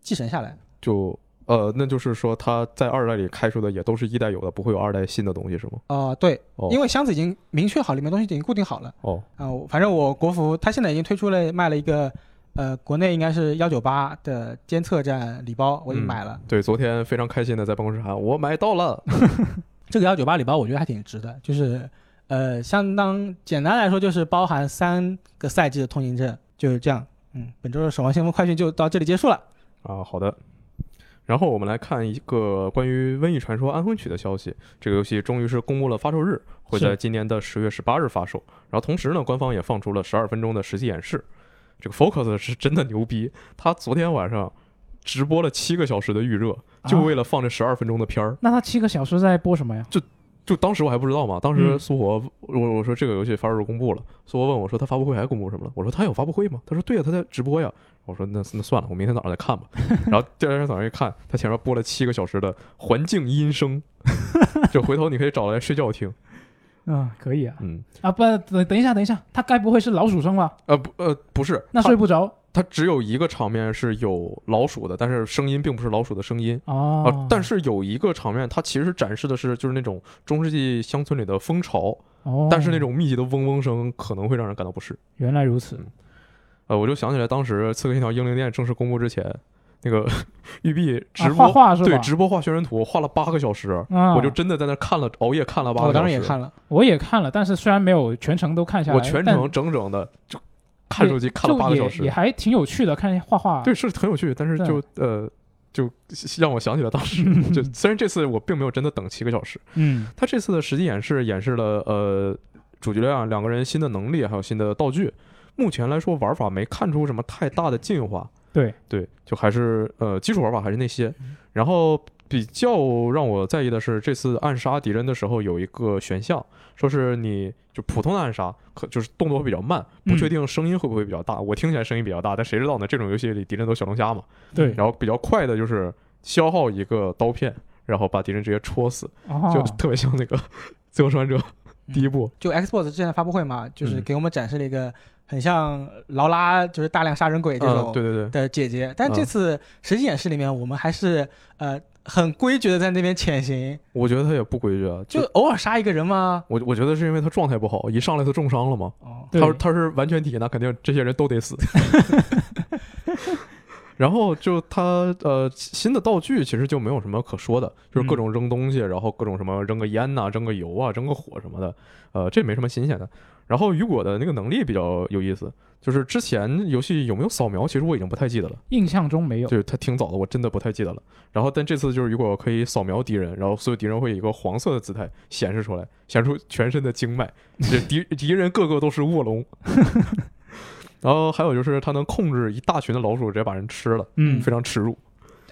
C: 继承下来。
D: 就呃，那就是说它在二代里开出的也都是一代有的，不会有二代新的东西是吗？
C: 哦、对，
D: 哦，
C: 因为箱子已经明确好，里面东西已经固定好了。
D: 哦，
C: 啊、我反正我国服它现在已经推出了卖了一个，呃，国内应该是幺九八的监测站礼包，我已
D: 嗯
C: 经买了。
D: 对，昨天非常开心的在办公室喊我买到了，
C: 这个幺九八礼包我觉得还挺值的，就是呃，相当简单来说就是包含三个赛季的通行证，就是这样。嗯，本周的守望先锋快讯就到这里结束了。
D: 啊，好的。然后我们来看一个关于《瘟疫传说：安魂曲》的消息。这个游戏终于是公布了发售日，会在
B: 是
D: 今年的十月十八日发售。然后同时呢，官方也放出了十二分钟的实际演示。这个 Focus 是真的牛逼，他昨天晚上直播了七个小时的预热，就
B: 啊
D: 为了放这十二分钟的片儿。
B: 那他七个小时在播什么呀？
D: 就当时我还不知道嘛，当时
B: 嗯
D: 苏活，我我说这个游戏发售公布了，苏活问我说他发布会还公布什么了？我说他有发布会吗？他说对呀、他在直播呀。我说那那算了，我明天早上 再看吧。然后第二天早上一看，他前面播了七个小时的环境音声， 就回头你可以找来睡觉听。
B: 嗯，可以啊。
D: 嗯，
B: 啊，不，等等一下，等一下，他该不会是老鼠声吧？
D: 呃不呃不是，
B: 那睡不着
D: 它它只有一个场面是有老鼠的，但是声音并不是老鼠的声音。啊、
B: 哦。
D: 但是有一个场面，它其实展示的是就是那种中世纪乡村里的蜂巢，
B: 哦，
D: 但是那种密集的嗡嗡声可能会让人感到不适。
B: 原来如此。
D: 呃，我就想起来当时《刺客信条：英灵殿》正式公布之前，那个 育碧直
B: 啊
D: 播、
B: 画画是吧？
D: 对直播画宣传图，画了八个小时，
B: 啊，
D: 我就真的在那看了，熬夜看了八个小时。
C: 我当时也看了，
B: 哦我也看了，但是虽然没有全程都看下来，
D: 我全
B: 但
D: 程整整的就看手机看了
B: 就
D: 八个
B: 也
D: 小时
B: 也，还挺有趣的，看画画。
D: 对，是很有趣，但是就呃。就让我想起了当 时，就虽然这次我并没有真的等七个小时，
B: 嗯，
D: 他这次的实际演示演示了呃主角亮两个人新的能力，还有新的道具。目前来说，玩法没看出什么太大的进化，
B: 对，
D: 对，就还是呃基础玩法还是那些。然后比较让我在意的是，这次暗杀敌人的时候有一个选项，说是你就普通的暗杀，可就是动作会比较慢，
B: 嗯
D: 不确定声音会不会比较大。我听起来声音比较大，但谁知道呢？这种游戏里敌人都小龙虾嘛。
B: 对
D: 然后比较快的就是消耗一个刀片，然后把敌人直接戳死，
B: 哦，
D: 就特别像那个 《自由生还者》第一部。
C: 嗯就 Xbox 之前的发布会嘛，就是
D: 嗯
C: 给我们展示了一个很像劳拉，就是大量杀人鬼这
D: 嗯，
C: 种
D: 对对对，
C: 的姐姐。但这次实际演示里面，我们还是呃很规矩的在那边潜行，
D: 我觉得他也不规矩啊，
C: 就
D: 就
C: 偶尔杀一个人吗？
D: 我我觉得是因为他状态不好，一上来他重伤了嘛。
C: 哦，
B: 对
D: 他他是完全体，那肯定这些人都得死。然后就他呃新的道具其实就没有什么可说的，就是各种扔东西，然后各种什么扔个烟呐、扔个油啊、扔个火什么的，呃，这没什么新鲜的。然后雨果的那个能力比较有意思，就是之前游戏有没有扫描，其实我已经不太记得了，
B: 印象中没有。
D: 就是它挺早的，我真的不太记得了。然后但这次就是雨果可以扫描敌人，然后所有敌人会以一个黄色的姿态显示出来，显示出全身的经 脉，这敌敌人个个都是卧龙。然后还有就是，它能控制一大群的老鼠，直接把人吃了，
B: 嗯
D: 非常耻辱。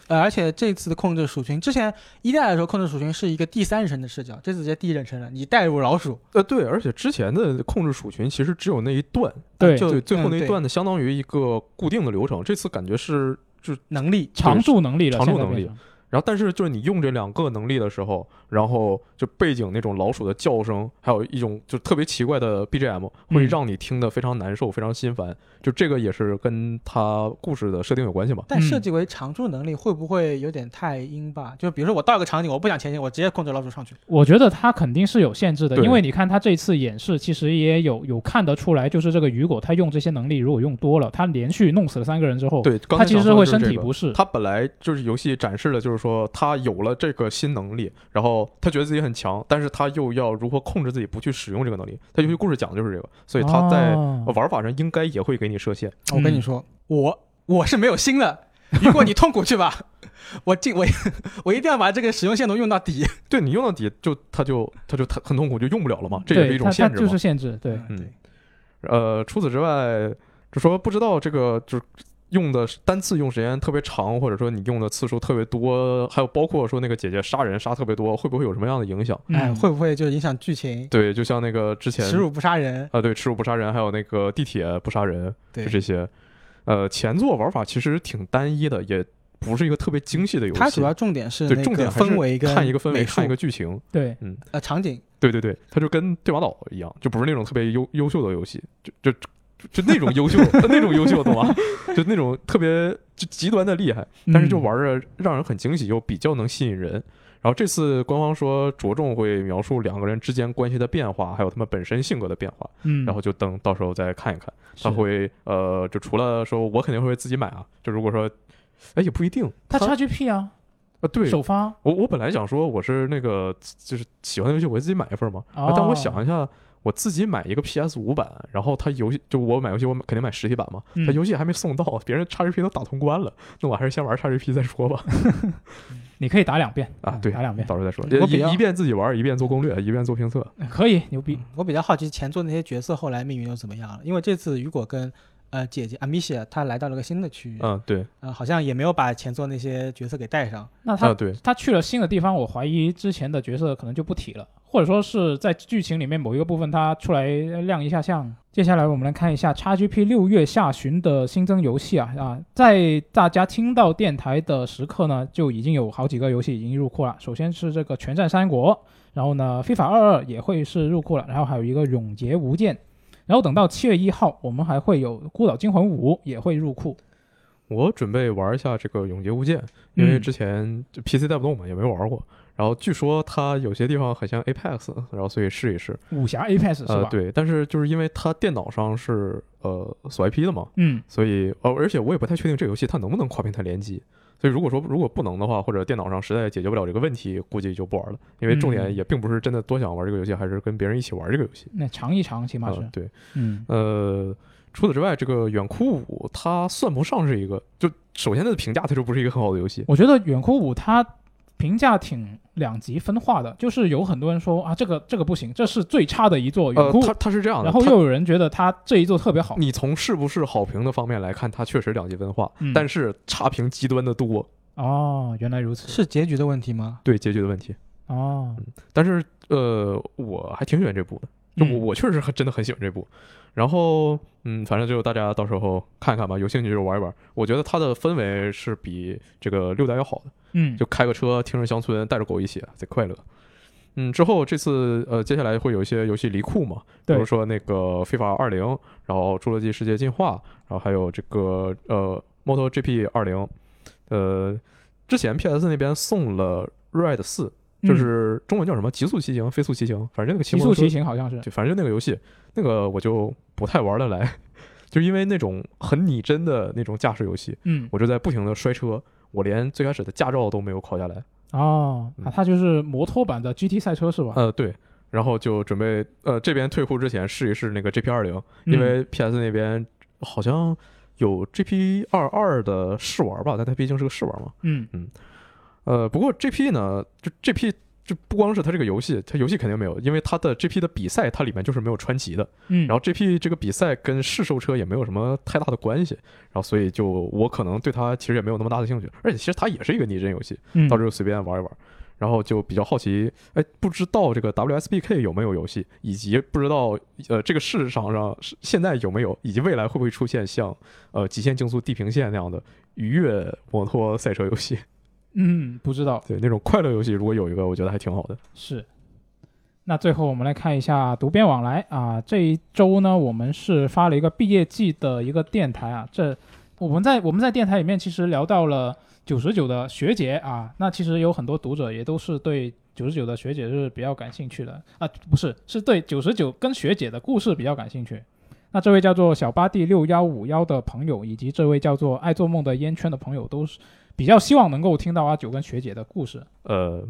C: 呃，而且这次的控制鼠群，之前一代的时候控制鼠群是一个第三人称的视角，这次直接第一人称了，你带入老鼠，
D: 呃，对，而且之前的控制鼠群其实只有那一段，
B: 对，
C: 就
D: 对，最后那
C: 嗯
D: 一
C: 对
D: 段呢，相当于一个固定的流程。这次感觉是就
C: 能力
B: 常驻能力了，
D: 常驻
B: 现在
D: 能力
B: 变成
D: 然后，但是就是你用这两个能力的时候，然后就背景那种老鼠的叫声，还有一种就特别奇怪的 BGM，会
B: 嗯
D: 让你听得非常难受，非常心烦。就这个也是跟它故事的设定有关系吧？
C: 但设计为常驻能力会不会有点太阴吧？就比如说我到一个场景，我不想前进，我直接控制老鼠上去。
B: 我觉得他肯定是有限制的，
D: 对
B: 因为你看他这次演示，其实也有有看得出来，就是这个雨果他用这些能力，如果用多了，他连续弄死了三个人之后，
D: 对，刚
B: 他
D: 才
B: 哦其实
D: 想
B: 是
D: 说
B: 会
D: 的就是
B: 身
D: 这
B: 体
D: 个
B: 不适。
D: 他本来就是游戏展示的，就是说他有了这个新能力，然后他觉得自己很强，但是他又要如何控制自己不去使用这个能力？他游戏故事讲的就是这个，所以他在
B: 哦
D: 玩法上应该也会给你设限。
C: 我跟你说，嗯我我是没有心的。如果你痛苦去吧， 我尽我 我一定要把这个使用限度用到底。
D: 对你用到底就他就他就他很痛苦，就用不了了嘛，哦这也
B: 对
D: 是一种
B: 他
D: 限
B: 他
D: 制
B: 就
D: 嘛
B: 是。限制，对，
D: 嗯，呃，除此之外，就说不知道这个就是用的单次用时间特别长，或者说你用的次数特别多，还有包括说那个姐姐杀人杀特别多，会不会有什么样的影响？
C: 哎，
B: 嗯
C: 会不会就影响剧情？
D: 对，就像那个之前
C: 耻辱不杀人，
D: 啊，对，耻辱不杀人，还有那个地铁不杀人，
C: 对
D: 就这些。呃，前作玩法其实挺单一的，也不是一个特别精细的游戏。
C: 它主要重点是那
D: 对
C: 个
D: 重点还是
C: 氛围跟
D: 看一个氛围，
C: 美术
D: 看一个剧情。
B: 对，
C: 呃场景，
D: 对对对，它就跟《对马岛》一样，就不是那种特别优优秀的游戏，就就就就那种 优秀那种优秀，懂吗？就那种特别就极端的厉害，
B: 嗯
D: 但是就玩着让人很惊喜，又比较能吸引人。然后这次官方说着重会描述两个人之间关系的变化，还有他们本身性格的变化，
B: 嗯，
D: 然后就等到时候再看一看。他
B: 是
D: 会呃，就除了说我肯定会自己买啊，就如果说，哎也不一定，
B: 他 XGP 啊，
D: 啊对，
B: 首发
D: 我我本来想说我是那个就是喜欢的游戏，我自己买一份嘛。啊
B: 哦
D: 但我想一下，我自己买一个 PS 五版，然后它游戏就我买游戏，我肯定买实体版嘛。
B: 嗯
D: 它游戏还没送到，别人 XGP 都打通关了，那我还是先玩 XGP 再说吧。
B: 你可以打两遍嗯
D: 啊，对，
B: 打两遍
D: 到时候再说。
C: 我比较
D: 一一遍自己玩，一遍做攻略，一遍做评测。
B: 可以，牛
D: 嗯
B: 逼，
C: 我比较好奇前作那些角色后来命运又怎么样了？因为这次雨果跟呃姐姐 Amicia 她来到了个新的区域，
D: 嗯，对，
C: 呃好像也没有把前作那些角色给带上。
B: 那
D: 啊
B: 他
D: 对，
B: 他去了新的地方，我怀疑之前的角色可能就不提了，或者说是在剧情里面某一个部分他出来亮一下相。接下来我们来看一下 XGP 六月下旬的新增游戏啊啊，在大家听到电台的时刻呢，就已经有好几个游戏已经入库了。首先是这个《全战三国》，然后呢，《非法二二》也会是入库了，然后还有一个《永劫无间》。然后等到七月一号，我们还会有《孤岛惊魂五》也会入库，
D: 我准备玩一下这个《永劫无间》，因为
B: 嗯
D: 之前就 PC 带不动嘛，也没玩过。然后据说它有些地方很像 Apex，然后所以试一试。
B: 武侠 Apex 是吧？
D: 呃，，对，但是就是因为它电脑上是呃锁 IP 的嘛，
B: 嗯，
D: 所以呃，而且我也不太确定这个游戏它能不能跨平台联机。所以如果说如果不能的话，或者电脑上实在解决不了这个问题，估计就不玩了。因为重点
B: 嗯
D: 也并不是真的多想玩这个游戏，还是跟别人一起玩这个游戏。
B: 那尝一尝起
D: 啊、
B: 码是，
D: 对，
B: 嗯。
D: 呃，除此之外，这个《远哭五》它算不上是一个，就首先它的评价它就不是一个很好的游戏。
B: 我觉得《远哭五》它评价挺两极分化的，就是有很多人说啊，这个这个不行，这是最差的一座《远
D: 呃
B: 哭》，
D: 它它是这样的，
B: 然后
D: 它
B: 又有人觉得它这一座特别好。
D: 你从是不是好评的方面来看，它确实两极分化，
B: 嗯
D: 但是差评极端的多，
B: 哦，原来如此。
C: 是结局的问题吗？
D: 对结局的问题。
B: 哦，
D: 但是呃，我还挺喜欢这部的，就我
B: 嗯
D: 我确实很真的很喜欢这部。然后嗯，反正就大家到时候看看吧，有兴趣就玩一玩。我觉得它的氛围是比这个六代要好的，
B: 嗯，
D: 就开个车，听着乡村，带着狗一起，啊贼快乐。嗯，之后这次呃，接下来会有一些游戏离库嘛，比
B: 对
D: 如说那个《非法二零》，然后《侏罗纪世界进化》，然后还有这个呃《MotoGP 二零》，呃，之前 PS 那边送了《Red 四》，就
B: 嗯
D: 是中文叫什么极速骑行、飞速骑行，反正那个骑
B: 极
D: 摩
B: 速
D: 托车
B: 骑，行好像是，
D: 对，反正就那个游戏，那个我就不太玩得来， 就因为那种很拟真的那种驾驶游戏，
B: 嗯，
D: 我就在不停的摔车，我连最开始的驾照都没有考下来，
B: 哦，
D: 嗯
B: 啊，它就是摩托版的 GT 赛车是吧？
D: 呃，对。然后就准备呃这边退库之前试一试那个 GP 二零，因为
B: 嗯
D: PS 那边好像有 GP 二二的试玩吧，但它毕竟是个试玩嘛，
B: 嗯，
D: 呃，不过 GP 呢，就 GP 就不光是它这个游戏，它游戏肯定没有，因为它的 GP 的比赛它里面就是没有传奇的。
B: 嗯嗯，
D: 然后 GP 这个比赛跟试售车也没有什么太大的关系，然后所以就我可能对它其实也没有那么大的兴趣，而且其实它也是一个拟真游戏，
B: 后
D: 到时候随便玩一玩。然后就比较好奇，哎，不知道这个 WSBK 有没有游戏，以及不知道呃这个市场上是现在有没有，以及未来会不会出现像呃《极限竞速：地平线》那样的愉悦摩托赛车游戏。
B: 嗯，不知道
D: 对，那种快乐游戏如果有一个，我觉得还挺好的。
B: 是。那最后我们来看一下读编往来啊，这一周呢，我们是发了一个毕业季的一个电台啊，这我们在我们在电台里面其实聊到了九十九的学姐啊，那其实有很多读者也都是对九十九的学姐是比较感兴趣的啊，不是，是对九十九跟学姐的故事比较感兴趣。那这位叫做小巴蒂六幺五幺的朋友，以及这位叫做爱做梦的烟圈的朋友，都是比较希望能够听到阿九跟学姐的故事。
D: 呃，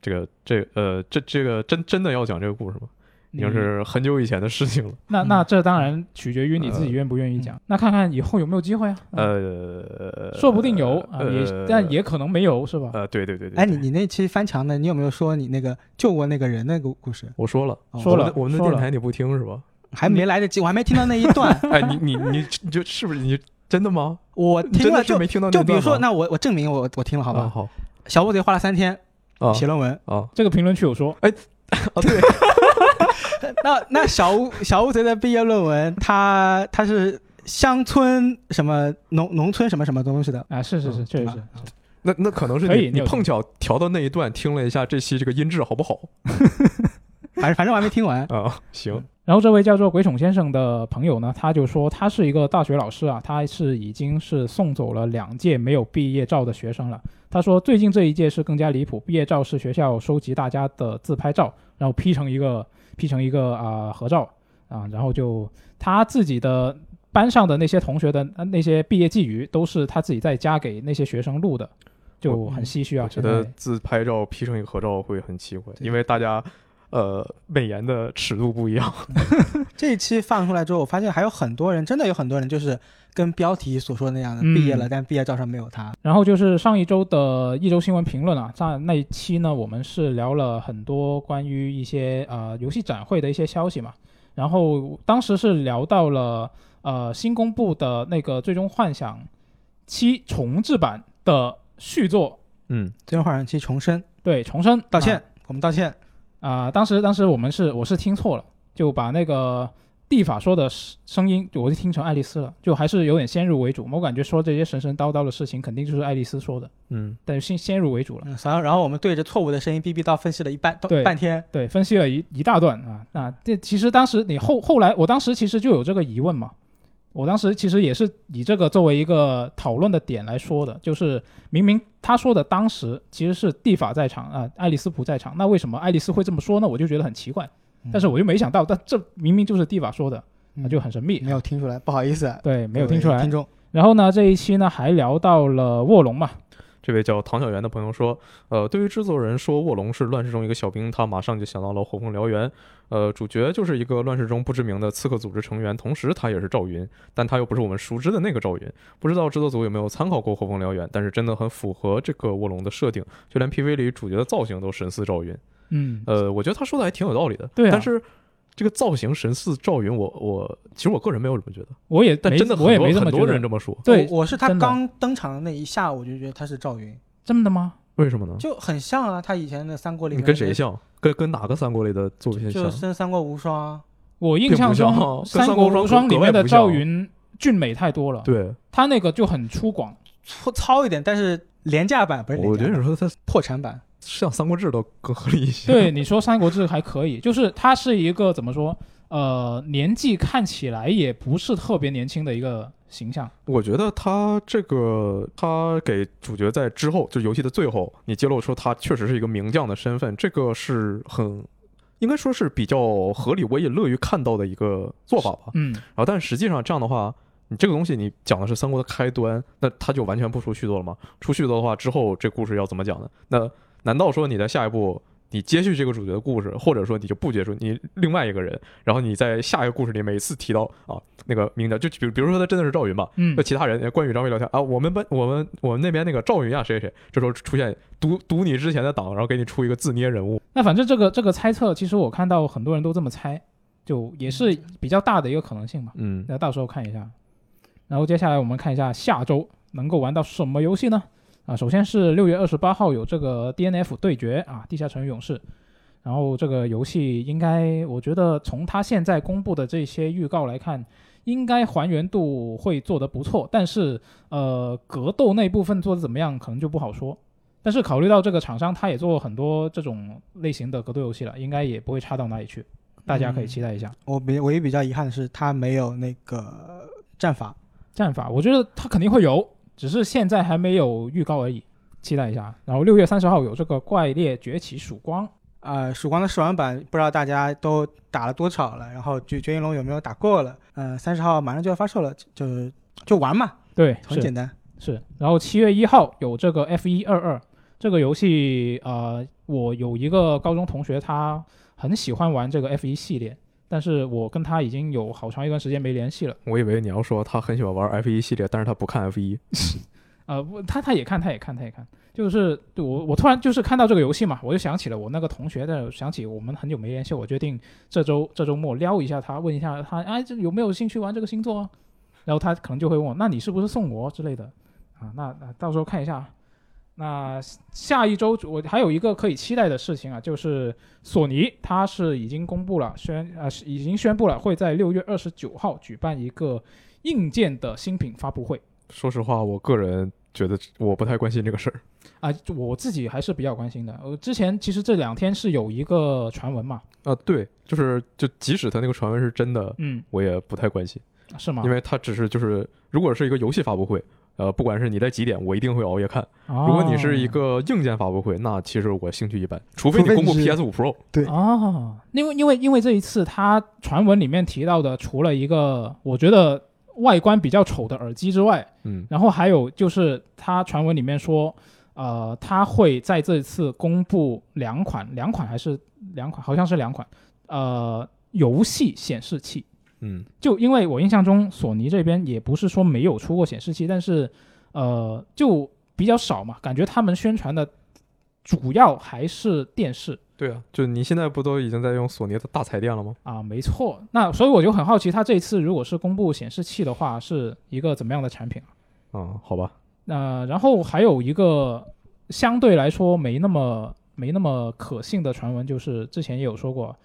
D: 这个这呃这这个真真的要讲这个故事吗？已经
B: 嗯
D: 是很久以前的事情了。
B: 那
C: 嗯呃
B: 那这当然取决于你自己愿不愿意讲。那看看以后有没有机会啊？嗯，
D: 呃，
B: 说不定有啊，
D: 呃
B: 也但也可能没有，是吧？
D: 呃，对对对对。
C: 哎，
D: 对
C: 你你那期翻墙的，你有没有说你那个救过那个人那个故事？
D: 我说了，
C: 哦
B: 说了
D: 我们的
B: 说
D: 电
B: 了
D: 台你不听是吧？ 。
C: 还没来得及，我还没听到那一段
D: 哎，你你你就是不是你真的吗？
C: 我听
D: 真
C: 了
D: 的是
C: 就
D: 没听到
C: 就比如说，
D: 那
C: 那我我证明我我听了好
D: 段吗
C: 吧
D: 啊？好
C: 小乌贼花了三天
D: 啊
C: 写论文，
D: 啊
B: 这个评论区有说，
C: 哦
D: 啊对
C: 那那小乌小乌贼的毕业论文，他他是乡村什么农农村什么什么东西的，
B: 啊，是是是，
C: 嗯
B: 确实
C: 对吧
B: 是。
D: 那那可能是
B: 可以
D: 你
B: 你
D: 你
B: 有
D: 碰巧调到那一段，听了一下这期这个音质好不好。
C: 反正反正我还没听完
D: 啊？行，
B: 然后这位叫做鬼冢先生的朋友呢，他就说他是一个大学老师啊，他是已经是送走了两届没有毕业照的学生了。他说最近这一届是更加离谱，毕业照是学校收集大家的自拍照，然后 P 成一个 P 成一个啊、合照啊，然后就他自己的班上的那些同学的呃那些毕业寄语都是他自己在家给那些学生录的，就很唏嘘啊。
D: 我觉
B: 现在
D: 得自拍照 P 成一个合照会很奇怪，
C: 对
D: 因为大家呃美颜的尺度不一样。
C: 这一期放出来之后，我发现还有很多人，真的有很多人就是跟标题所说的那样的，
B: 嗯
C: 毕业了，但毕业照上没有他。
B: 然后就是上一周的一周新闻评论啊，在那一期呢，我们是聊了很多关于一些呃游戏展会的一些消息嘛。然后当时是聊到了呃新公布的那个《最终幻想七》重置版的续作，
D: 嗯，
C: 最终幻想七重生，
B: 对，重生
C: 道歉，我们道歉。
B: 啊、啊当时当时我们是我是听错了，就把那个地法说的声声音，我就听成爱丽丝了，就还是有点先入为主。我感觉说这些神神叨叨的事情，肯定就是爱丽丝说的，
D: 嗯，
B: 但是先先入为主了。
C: 嗯，然后然后我们对着错误的声音哔哔到分析了一半都
B: 对
C: 半天，
B: 对，分析了一一大段啊。那这其实当时你后后来，我当时其实就有这个疑问嘛。我当时其实也是以这个作为一个讨论的点来说的，就是明明他说的当时其实是蒂法在场啊、爱丽丝不在场，那为什么爱丽丝会这么说呢？我就觉得很奇怪，但是我就没想到，但这明明就是蒂法说的，
C: 嗯
B: 那就很神秘。
C: 没有听出来，不好意思啊，
B: 对，没有
C: 各位
B: 听出来
C: 听。众
B: 然后呢，这一期呢还聊到了卧龙嘛，
D: 这位叫唐小圆的朋友说，呃，对于制作人说卧龙是乱世中一个小兵，他马上就想到了《火凤燎原》。呃，主角就是一个乱世中不知名的刺客组织成员，同时他也是赵云，但他又不是我们熟知的那个赵云。不知道制作组有没有参考过《火凤燎原》，但是真的很符合这个卧龙的设定，就连 PV 里主角的造型都神似赵云。
B: 嗯，
D: 呃，我觉得他说的还挺有道理的。
B: 对啊
D: 但是这个造型神似赵云，我我其实我个人没有这么觉得，
B: 我也
D: 但
B: 没
D: 真的很
B: 我也
D: 多
B: 没这么
D: 很
B: 觉
D: 多
B: 得
D: 人，这么说，
B: 对
C: 我我是他
B: 真的
C: 刚登场的那一下，我就觉得他是赵云，
B: 真的吗？
D: 为什么呢？
C: 就很像啊，他以前的三国里
D: 你
C: 面
D: 跟谁
C: 的
D: 像？跟跟哪个三国里的作品像
C: 就？是《三国无双》啊，
B: 我印象
D: 并不 像
B: 中，
D: 跟
B: 三
D: 三
B: 国
D: 国
B: 无双》
D: 无双
B: 里
D: 格
B: 面
D: 外
B: 的
D: 不像
B: 赵云俊美太多了，
D: 对，
B: 他那个就很粗 犷。
C: 粗糙一点，但是廉价版不是廉
D: 我
C: 价
D: 觉
C: 版
D: 得你说他
C: 破产版，
D: 像《三国志》都更合理一些。
B: 对，你说《三国志》还可以，就是他是一个怎么说？呃，年纪看起来也不是特别年轻的一个形 象。
D: 我觉得他这个，他给主角在之后，就游戏的最后，你揭露出他确实是一个名将的身份，这个是很，应该说是比较合理，我也乐于看到的一个做法吧。
B: 嗯，
D: 然后，但实际上这样的话，你这个东西你讲的是三国的开端，那它就完全不出续作了吗？出续作的话，之后这故事要怎么讲呢？那难道说你在下一步你接续这个主角的故事，或者说你就不接续你另外一个人，然后你在下一个故事里每次提到啊那个名将，就比如比如说他真的是赵云吧，
B: 嗯
D: 那其他人关羽、张飞聊天啊，我们班我们我们那边那个赵云啊谁谁谁，这时候出现读读你之前的档，然后给你出一个自捏人物，
B: 那反正这个这个猜测，其实我看到很多人都这么猜，就也是比较大的一个可能性吧。
D: 嗯，
B: 那到时候看一下。然后接下来我们看一下下周能够玩到什么游戏呢？啊，首先是六月二十八号有这个 DNF 对决啊，地下城与勇士。然后这个游戏应该，我觉得从它现在公布的这些预告来看，应该还原度会做得不错，但是呃，格斗那部分做得怎么样，可能就不好说。但是考虑到这个厂商他也做很多这种类型的格斗游戏了，应该也不会差到哪里去，大家可以期待一下。
C: 我比唯一比较遗憾的是他没有那个战法，
B: 战法，我觉得它肯定会有，只是现在还没有预告而已，期待一下。然后六月三十号有这个《怪猎崛起：曙光》，
C: 呃，曙光的试玩版不知道大家都打了多少了，然后绝绝影龙有没有打过了？呃，三十号马上就要发售了，就是就玩嘛，
B: 对，
C: 很
B: 是
C: 简单。
B: 是。然后七月一号有这个 F 一二二这个游戏，呃，我有一个高中同学，他很喜欢玩这个 F 一系列，但是我跟他已经有好长一段时间没联系了。
D: 我以为你要说他很喜欢玩 F 一系列，但是他不看 F 一，
B: 呃，不他他也看，他也看，他也看。就是对我，我突然就是看到这个游戏嘛，我就想起了我那个同学的，想起我们很久没联系，我决定这周这周末撩一下他，问一下他，哎，这有没有兴趣玩这个星座啊？然后他可能就会问我，那你是不是送我之类的啊？那那到时候看一下。那下一周我还有一个可以期待的事情啊，就是索尼它是已经公布了宣呃是已经宣布了会在六月二十九号举办一个硬件的新品发布会
D: 说实话，我个人觉得我不太关心这个事儿。
B: 啊，我自己还是比较关心的。我呃之前其实这两天是有一个传闻嘛，
D: 啊，对，就是就即使他那个传闻是真的，
B: 嗯，
D: 我也不太关心，
B: 啊是吗？
D: 因为他只是就是，如果是一个游戏发布会，呃，不管是你在几点，我一定会熬夜看。如
B: 如
D: 果你是一个硬件发布会，那其实我兴趣一般，除非
C: 除
D: 你
C: 非
D: 公布
C: 你是
D: PS 五 Pro。
B: 哦，因为因为因为这一次他传闻里面提到的，除了一个我觉得外观比较丑的耳机之外，
D: 嗯，
B: 然后还有就是他传闻里面说，呃，他会在这次公布两款，两款还是两款，好像是两款，呃，游戏显示器。
D: 嗯，
B: 就因为我印象中索尼这边也不是说没有出过显示器，但是呃就比较少嘛，感觉他们宣传的主要还是电视。
D: 对啊，就你现在不都已经在用索尼的大彩电了吗？
B: 啊，没错。那所以我就很好奇，它这一次如果是公布显示器的话，是一个怎么样的产品啊？
D: 嗯，好吧，
B: 那、然后还有一个相对来说没那么没那么可信的传闻，就是之前也有说过，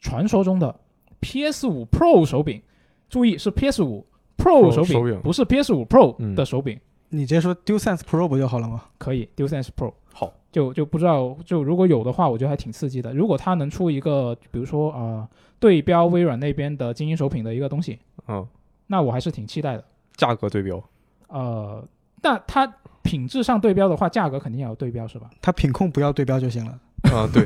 B: 传说中的 PS 5 Pro 手柄，注意是 PS 5 Pro
D: Pro
B: 手柄，
D: 手柄
B: 不是 PS 5 Pro
D: 嗯
B: 的手柄，
C: 你直接说 DualSense Pro 不就好了吗？
B: 可以 DualSense Pro。
D: 好，
B: 就就不知道，就如果有的话，我觉得还挺刺激的。如果它能出一个，比如说啊、呃对标微软那边的精英手柄的一个东西，
D: 嗯，
B: 那我还是挺期待的。
D: 价格对标，
B: 呃，那它品质上对标的话，价格肯定也要对标是吧？
C: 它品控不要对标就行了。
D: 啊，对，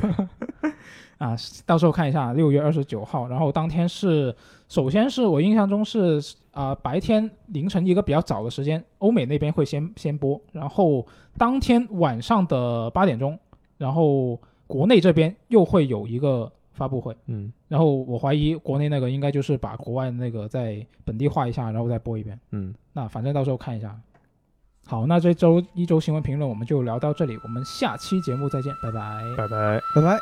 B: 啊，到时候看一下六月二十九号，然后当天是，首先是我印象中是啊、呃白天凌晨一个比较早的时间，欧美那边会先先播，然后当天晚上的八点钟，然后国内这边又会有一个发布会。
D: 嗯
B: 然后我怀疑国内那个应该就是把国外那个在本地画一下，然后再播一遍。
D: 嗯，
B: 那反正到时候看一下。好，那这周一周新闻评论我们就聊到这里，我们下期节目再见，拜拜。
D: 拜拜。
C: 拜拜。